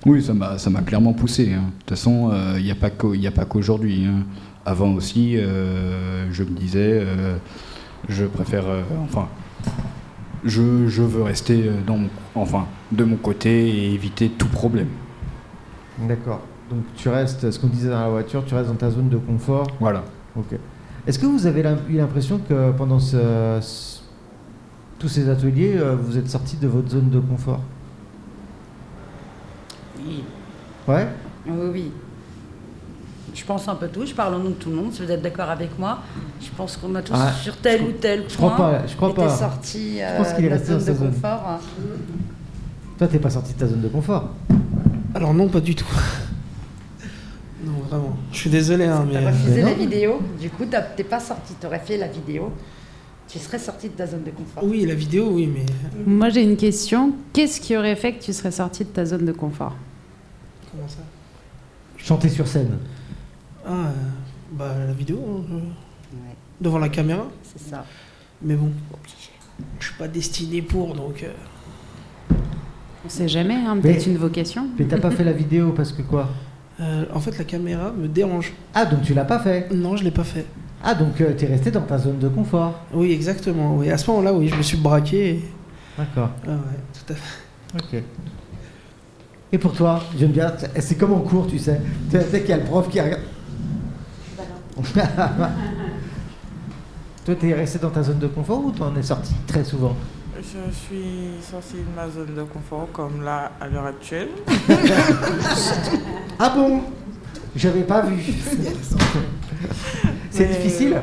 Oui, ça m'a, ça m'a clairement poussé. hein. De toute façon, il n'y a pas qu'au- y a pas qu'aujourd'hui. hein. Avant aussi, euh, je me disais, euh, je préfère, euh, enfin, je, je veux rester euh, dans mon, enfin, de mon côté et éviter tout problème. D'accord. Donc tu restes, ce qu'on disait dans la voiture, tu restes dans ta zone de confort. Voilà. Ok. Est-ce que vous avez l'im- eu l'impression que pendant ce- ce- tous ces ateliers, euh, vous êtes sorti de votre zone de confort Oui. Ouais Oui, oui. Je pense un peu tout, je parle au nom de tout le monde, si vous êtes d'accord avec moi. Je pense qu'on a tous, Ah, sur tel ou tel point, je crois pas, je crois été pas. sortis euh, pense qu'il est de la resté zone dans sa de zone. confort. hein. Toi, t'es pas sorti de ta zone de confort. alors non, pas du tout. Non, vraiment. Je suis désolé, hein, mais T'as euh, refusé non. la vidéo, du coup t'as- t'es pas sorti, t'aurais fait la vidéo, tu serais sorti de ta zone de confort. oui, la vidéo, oui, mais euh, Moi, j'ai une question. Qu'est-ce qui aurait fait que tu serais sorti de ta zone de confort comment ça Chanter sur scène. Ah, euh, bah la vidéo hein, je- Ouais, devant la caméra. c'est ça. Mais bon, je suis pas destiné pour, donc euh, On sait jamais, hein, Mais- peut-être une vocation. Mais t'as pas fait la vidéo parce que quoi euh, en fait la caméra me dérange. Ah, donc tu l'as pas fait Non, je l'ai pas fait. Ah, donc euh, t'es resté dans ta zone de confort. Oui, exactement. Oui, à ce moment-là, oui, je me suis braqué. et- D'accord. Ah ouais, tout à fait. Ok. Et pour toi, j'aime bien, c'est- c'est comme en cours, tu sais. Tu sais qu'il y a le prof qui regarde. Toi, t'es resté dans ta zone de confort ou t'en es sorti très souvent Je suis sortie de ma zone de confort comme là à l'heure actuelle. Ah bon J'avais pas vu. c'est Mais- euh, difficile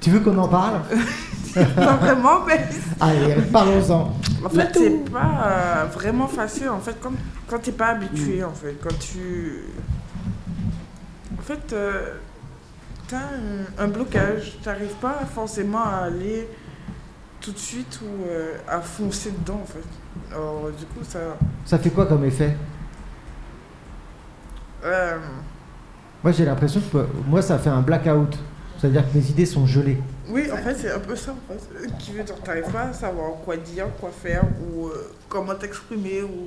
Tu veux qu'on en parle Pas vraiment, mais Allez, parlons-en. en fait, c'est pas euh, vraiment facile. En fait, quand, quand t'es pas habitué, en fait, quand tu. En fait, euh, t'as un, un blocage. T'arrives pas forcément à aller tout de suite ou euh, à foncer dedans, en fait. Alors, du coup, ça. Ça fait quoi comme effet euh, Moi, j'ai l'impression que moi, ça fait un blackout. C'est-à-dire que mes idées sont gelées. Oui, en fait, c'est un peu ça, en fait. Qui veut dire, t'arrives pas à savoir quoi dire, quoi faire, ou euh, comment t'exprimer, ou...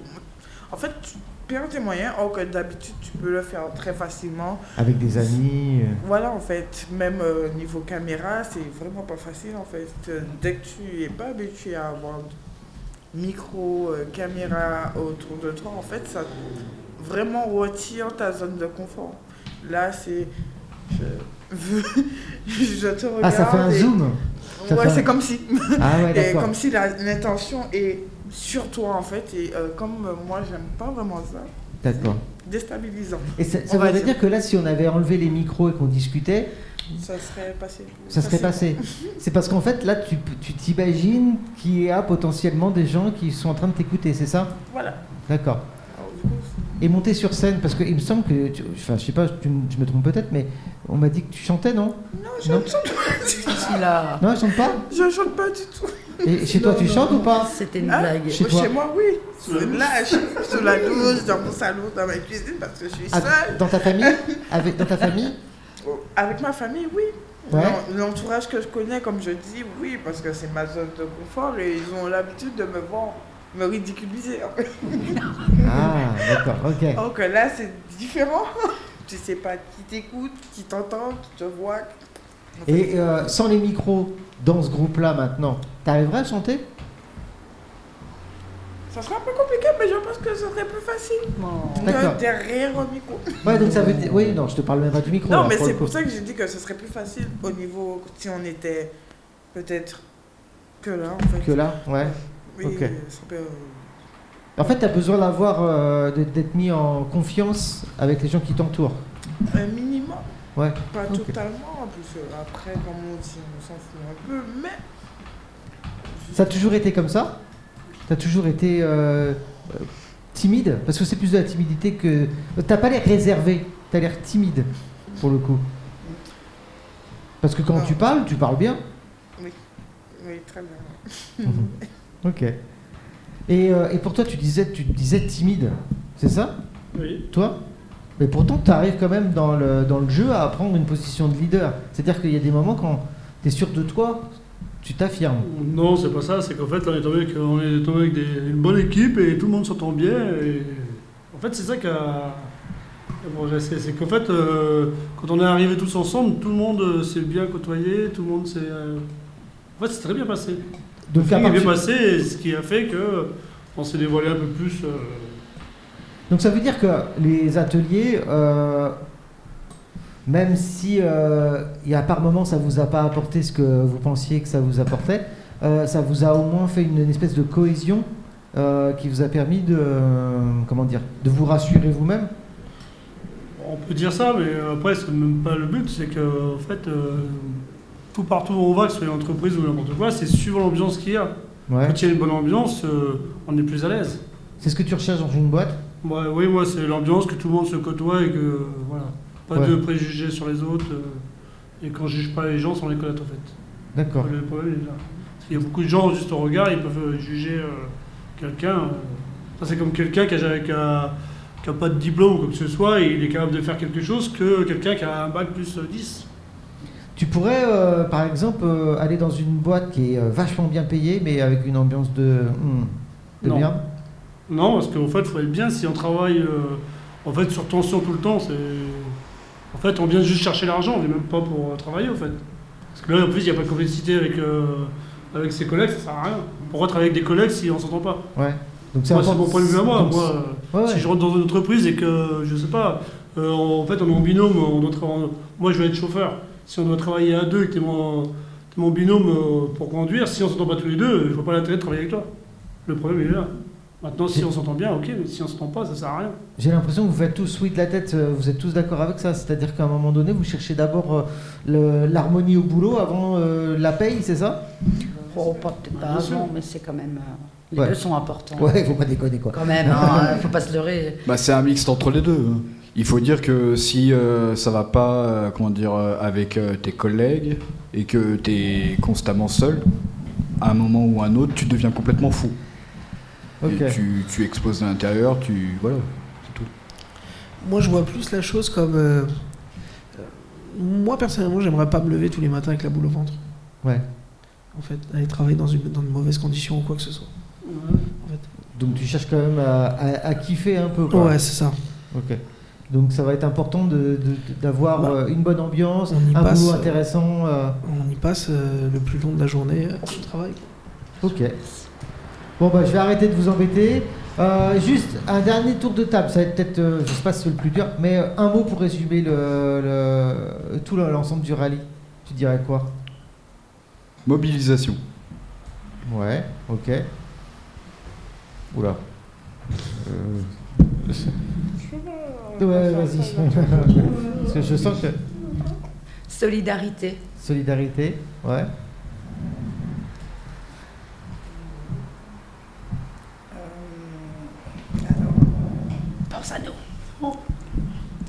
En fait, tu perds tes moyens, or que d'habitude, tu peux le faire très facilement. Avec des amis. euh. Voilà, en fait, même euh, niveau caméra, c'est vraiment pas facile, en fait. Euh, Dès que tu es pas habitué à avoir micro, euh, caméra autour de toi, en fait, ça vraiment retire ta zone de confort. Là, c'est... Je... je te regarde Ah, ça fait un et- zoom Ça fait Ouais, un- c'est comme si, Ah ouais, et d'accord. comme si la- l'intention est sur toi en fait. Et euh, comme euh, moi, j'aime pas vraiment ça, D'accord. déstabilisant. Et ça, ça On va voudrait dire. dire que là, si on avait enlevé les micros et qu'on discutait, Ça serait passé. ça serait passé. C'est parce qu'en fait, là, tu tu t'imagines qu'il y a potentiellement des gens qui sont en train de t'écouter, c'est ça Voilà. D'accord. Alors, du coup, Et monter sur scène, parce qu'il me semble que, tu- enfin, je sais pas, tu me- je me trompe peut-être, mais on m'a dit que tu chantais, non Non, je ne chante pas. Non, je chante pas. je chante pas du tout. Et chez toi, tu chantes ou pas C'était une Ah. blague. Chez toi. Chez moi, oui. Là, je- sous la douche, dans mon salon, dans ma cuisine, parce que je suis Ah, seule. Oh, Dans ta famille Avec dans ta famille Avec ma famille, oui. Ouais. L'en- L'entourage que je connais, comme je dis, oui, parce que c'est ma zone de confort et ils ont l'habitude de me voir me ridiculiser. en fait. Ah, d'accord. Ok. Alors que là, c'est différent. tu sais pas qui t'écoute, qui t'entend, qui te voit. Et euh, sans les micros, dans ce groupe-là maintenant, t'arriverais à chanter Ça serait un peu compliqué, mais je pense que ce serait plus facile D'accord. de derrière un micro. Ouais, donc ça veut dire. Oui, non, je te parle même pas du micro. Non, là, mais pour le c'est coup. pour ça que j'ai dit que ce serait plus facile au niveau si on était peut-être que là, en fait. Que là, ouais. Oui, ok. ça peut- euh, En fait, t'as besoin d'avoir, euh, de- d'être mis en confiance avec les gens qui t'entourent. un minimum, Ouais. pas Ok. totalement. En plus, euh, après, comme on dit, on s'en fout un peu, mais Ça a toujours été comme ça T'as toujours été euh, euh, timide Parce que c'est plus de la timidité que. T'as pas l'air réservé, t'as l'air timide, pour le coup. Parce que quand Non. tu parles, tu parles bien. oui, très bien. Mhm. Ok. Et, euh, et pour toi, tu disais, tu te disais timide, c'est ça Oui. Toi Mais pourtant, tu arrives quand même dans le, dans le jeu à prendre une position de leader. C'est-à-dire qu'il y a des moments quand tu es sûr de toi, tu t'affirmes. Non, c'est pas ça, c'est qu'en fait, on est tombé avec, on est tombé avec des- une bonne équipe et tout le monde s'entend bien. et- En fait, c'est ça qui a. Bon, j'ai- c'est c'est qu'en fait, euh, quand on est arrivé tous ensemble, tout le monde euh, s'est bien côtoyé, tout le monde s'est. euh, En fait, c'est très bien passé. Donc, à C'est bien partir- passé, et ce qui a fait que euh, on s'est dévoilé un peu plus. euh, Donc ça veut dire que les ateliers, euh, même si euh, il y a par moments ça vous a pas apporté ce que vous pensiez que ça vous apportait, euh, ça vous a au moins fait une, une espèce de cohésion euh, qui vous a permis de euh, comment dire, de vous rassurer vous-même. On peut dire ça, mais après, c'est même pas le but. C'est que, en fait, euh, tout partout où on va, que ce soit une entreprise ou n'importe quoi, c'est suivant l'ambiance qu'il y a. Ouais. Quand il y a une bonne ambiance, euh, on est plus à l'aise. C'est ce que tu recherches dans une boîte. Ouais, oui, moi, c'est l'ambiance que tout le monde se côtoie et que, euh, voilà, pas Ouais. de préjugés sur les autres. euh, et quand je juge pas les gens sans les connaître, en fait. D'accord. Le problème est là. Parce qu'il y a beaucoup de gens, juste au regard, ils peuvent euh, juger euh, quelqu'un. euh. Ça, c'est comme quelqu'un qui a, qui a- qui a pas de diplôme ou quoi que ce soit, et il est capable de faire quelque chose que quelqu'un qui a un bac plus euh, 10. Tu pourrais, euh, par exemple, euh, aller dans une boîte qui est euh, vachement bien payée, mais avec une ambiance de, hmm, de Non. merde. Non, parce qu'en fait, il faut être bien si on travaille euh, en fait, sur tension tout le temps. c'est... En fait, on vient juste chercher l'argent, on n'est même pas pour euh, travailler en fait. Parce que là, en plus, il n'y a pas de complicité avec, euh, avec ses collègues, ça sert à rien. Pourquoi travailler avec des collègues si on s'entend pas Ouais. Donc Moi, C'est important- mon point de vue à moi. donc, moi euh, ouais, ouais. Si je rentre dans une entreprise et que, je sais pas, euh, en fait, on est en binôme, on doit tra- on- moi je vais être chauffeur. Si on doit travailler à deux et que t'es mon, t'es mon binôme euh, pour conduire, si on s'entend pas tous les deux, je vois pas l'intérêt de travailler avec toi. Le problème il est là. Maintenant, si on s'entend bien, ok, mais si on s'entend pas, ça sert à rien. J'ai l'impression que vous faites tous oui de la tête, euh, vous êtes tous d'accord avec ça, c'est-à-dire qu'à un moment donné, vous cherchez d'abord euh, le- l'harmonie au boulot avant euh, la paye, c'est ça Oh, pas peut-être pas Bien sûr. avant, mais c'est quand même. euh, les Ouais. deux sont importants. Ouais, faut pas déconner quoi. Quand même, hein, faut pas se leurrer. Bah, c'est un mixte entre les deux. hein. Il faut dire que si euh, ça va pas, euh, comment dire, euh, avec euh, tes collègues et que tu es constamment seul, à un moment ou à un autre, tu deviens complètement fou. Ok. Et tu, tu exploses de l'intérieur, tu voilà, c'est tout. Moi, je vois plus la chose comme. euh, euh, moi, personnellement, j'aimerais pas me lever tous les matins avec la boule au ventre. Ouais. En fait, aller travailler dans, une, dans de mauvaises conditions ou quoi que ce soit. Donc tu cherches quand même à, à- à kiffer un peu quoi. Ouais, c'est ça. Ok. Donc ça va être important de- de- d'avoir Bah, euh, une bonne ambiance, on y un passe, boulot euh, intéressant. euh, On y passe euh, le plus long de la journée euh, au travail. Ok. Bon bah je vais arrêter de vous embêter. Euh, juste un dernier tour de table, ça va être peut-être, euh, je sais pas si c'est le plus dur, mais euh, un mot pour résumer le, le- tout le- l'ensemble du rallye. Tu dirais quoi Mobilisation. Ouais, ok. Oula. Euh, Je sais pas, Ouais, vas-y. Parce que je sens que. Solidarité. Solidarité, ouais. Euh, Pense à nous.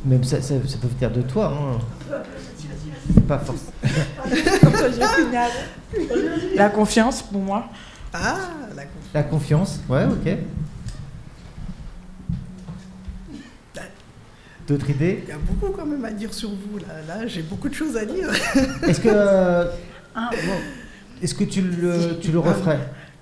Même ça, ça, ça peut venir de toi. Hein. C'est pas forcément. Comme ça, je signale. La confiance pour moi. Ah, la confiance. La confiance, ouais, ok. D'autres idées Il y a beaucoup quand même à dire sur vous. Là, là j'ai beaucoup de choses à dire. Est-ce que, euh, Ah, est-ce que tu le, tu le referais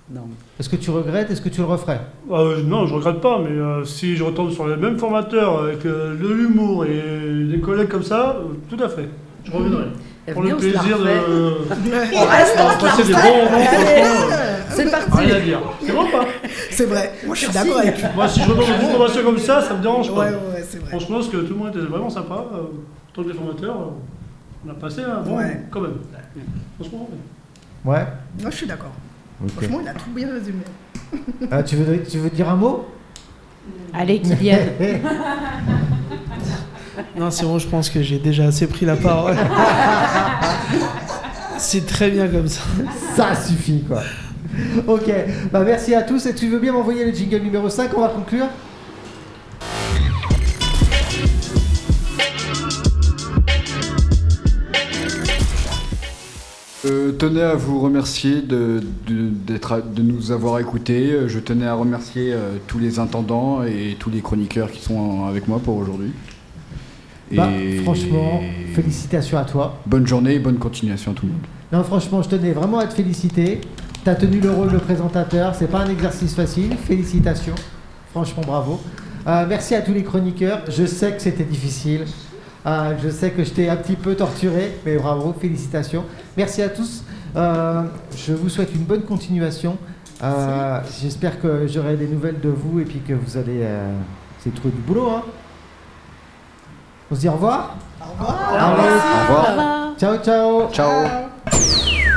Non. Est-ce que tu regrettes Est-ce que tu le referais Euh, non, je regrette pas, mais euh, si je retombe sur les mêmes formateurs avec euh, de l'humour et des collègues comme ça, euh, tout à fait. Je reviendrai. Eh, Pour venez, le on se la plaisir refait. de. On reste, on de se la passer des refait. bons moments, franchement, C'est euh, rien à parti. dire. C'est vrai ou pas C'est vrai. Moi, je suis Merci. d'accord avec lui. Moi, si je retombe sur des formations comme ça, ça me dérange pas. Ouais, ouais, c'est vrai. Franchement, parce que tout le monde était vraiment sympa. euh, tant que les formateurs, euh, on a passé un bon Ouais. moment, quand même. Franchement, ouais. Ouais. Moi, je suis d'accord. Ok. Franchement, il a tout bien résumé. Ah, tu, veux, tu veux dire un mot Allez, Kylian. Non, c'est bon, je pense que j'ai déjà assez pris la parole. c'est très bien comme ça. Ça suffit, quoi. Ok, bah merci à tous. Et tu veux bien m'envoyer le jingle numéro 5 On va conclure Euh, tenais à vous remercier de, de- d'être à- de nous avoir écoutés. Euh, Je tenais à remercier euh, tous les intendants et tous les chroniqueurs qui sont en- avec moi pour aujourd'hui. Bah, Et franchement, félicitations à toi. Bonne journée et bonne continuation à tout le monde. Non, franchement, je tenais vraiment à te féliciter. T'as tenu le rôle de présentateur, c'est pas un exercice facile. Félicitations. Franchement, bravo. Euh, merci à tous les chroniqueurs. Je sais que c'était difficile. Euh, je sais que je t'ai un petit peu torturé, mais bravo, félicitations. Merci à tous. Euh, je vous souhaite une bonne continuation. Euh, J'espère que j'aurai des nouvelles de vous et puis que vous allez euh, vous allez trouver du boulot. hein. On se dit au revoir. Au revoir. Au revoir. Ciao, ciao. Ciao.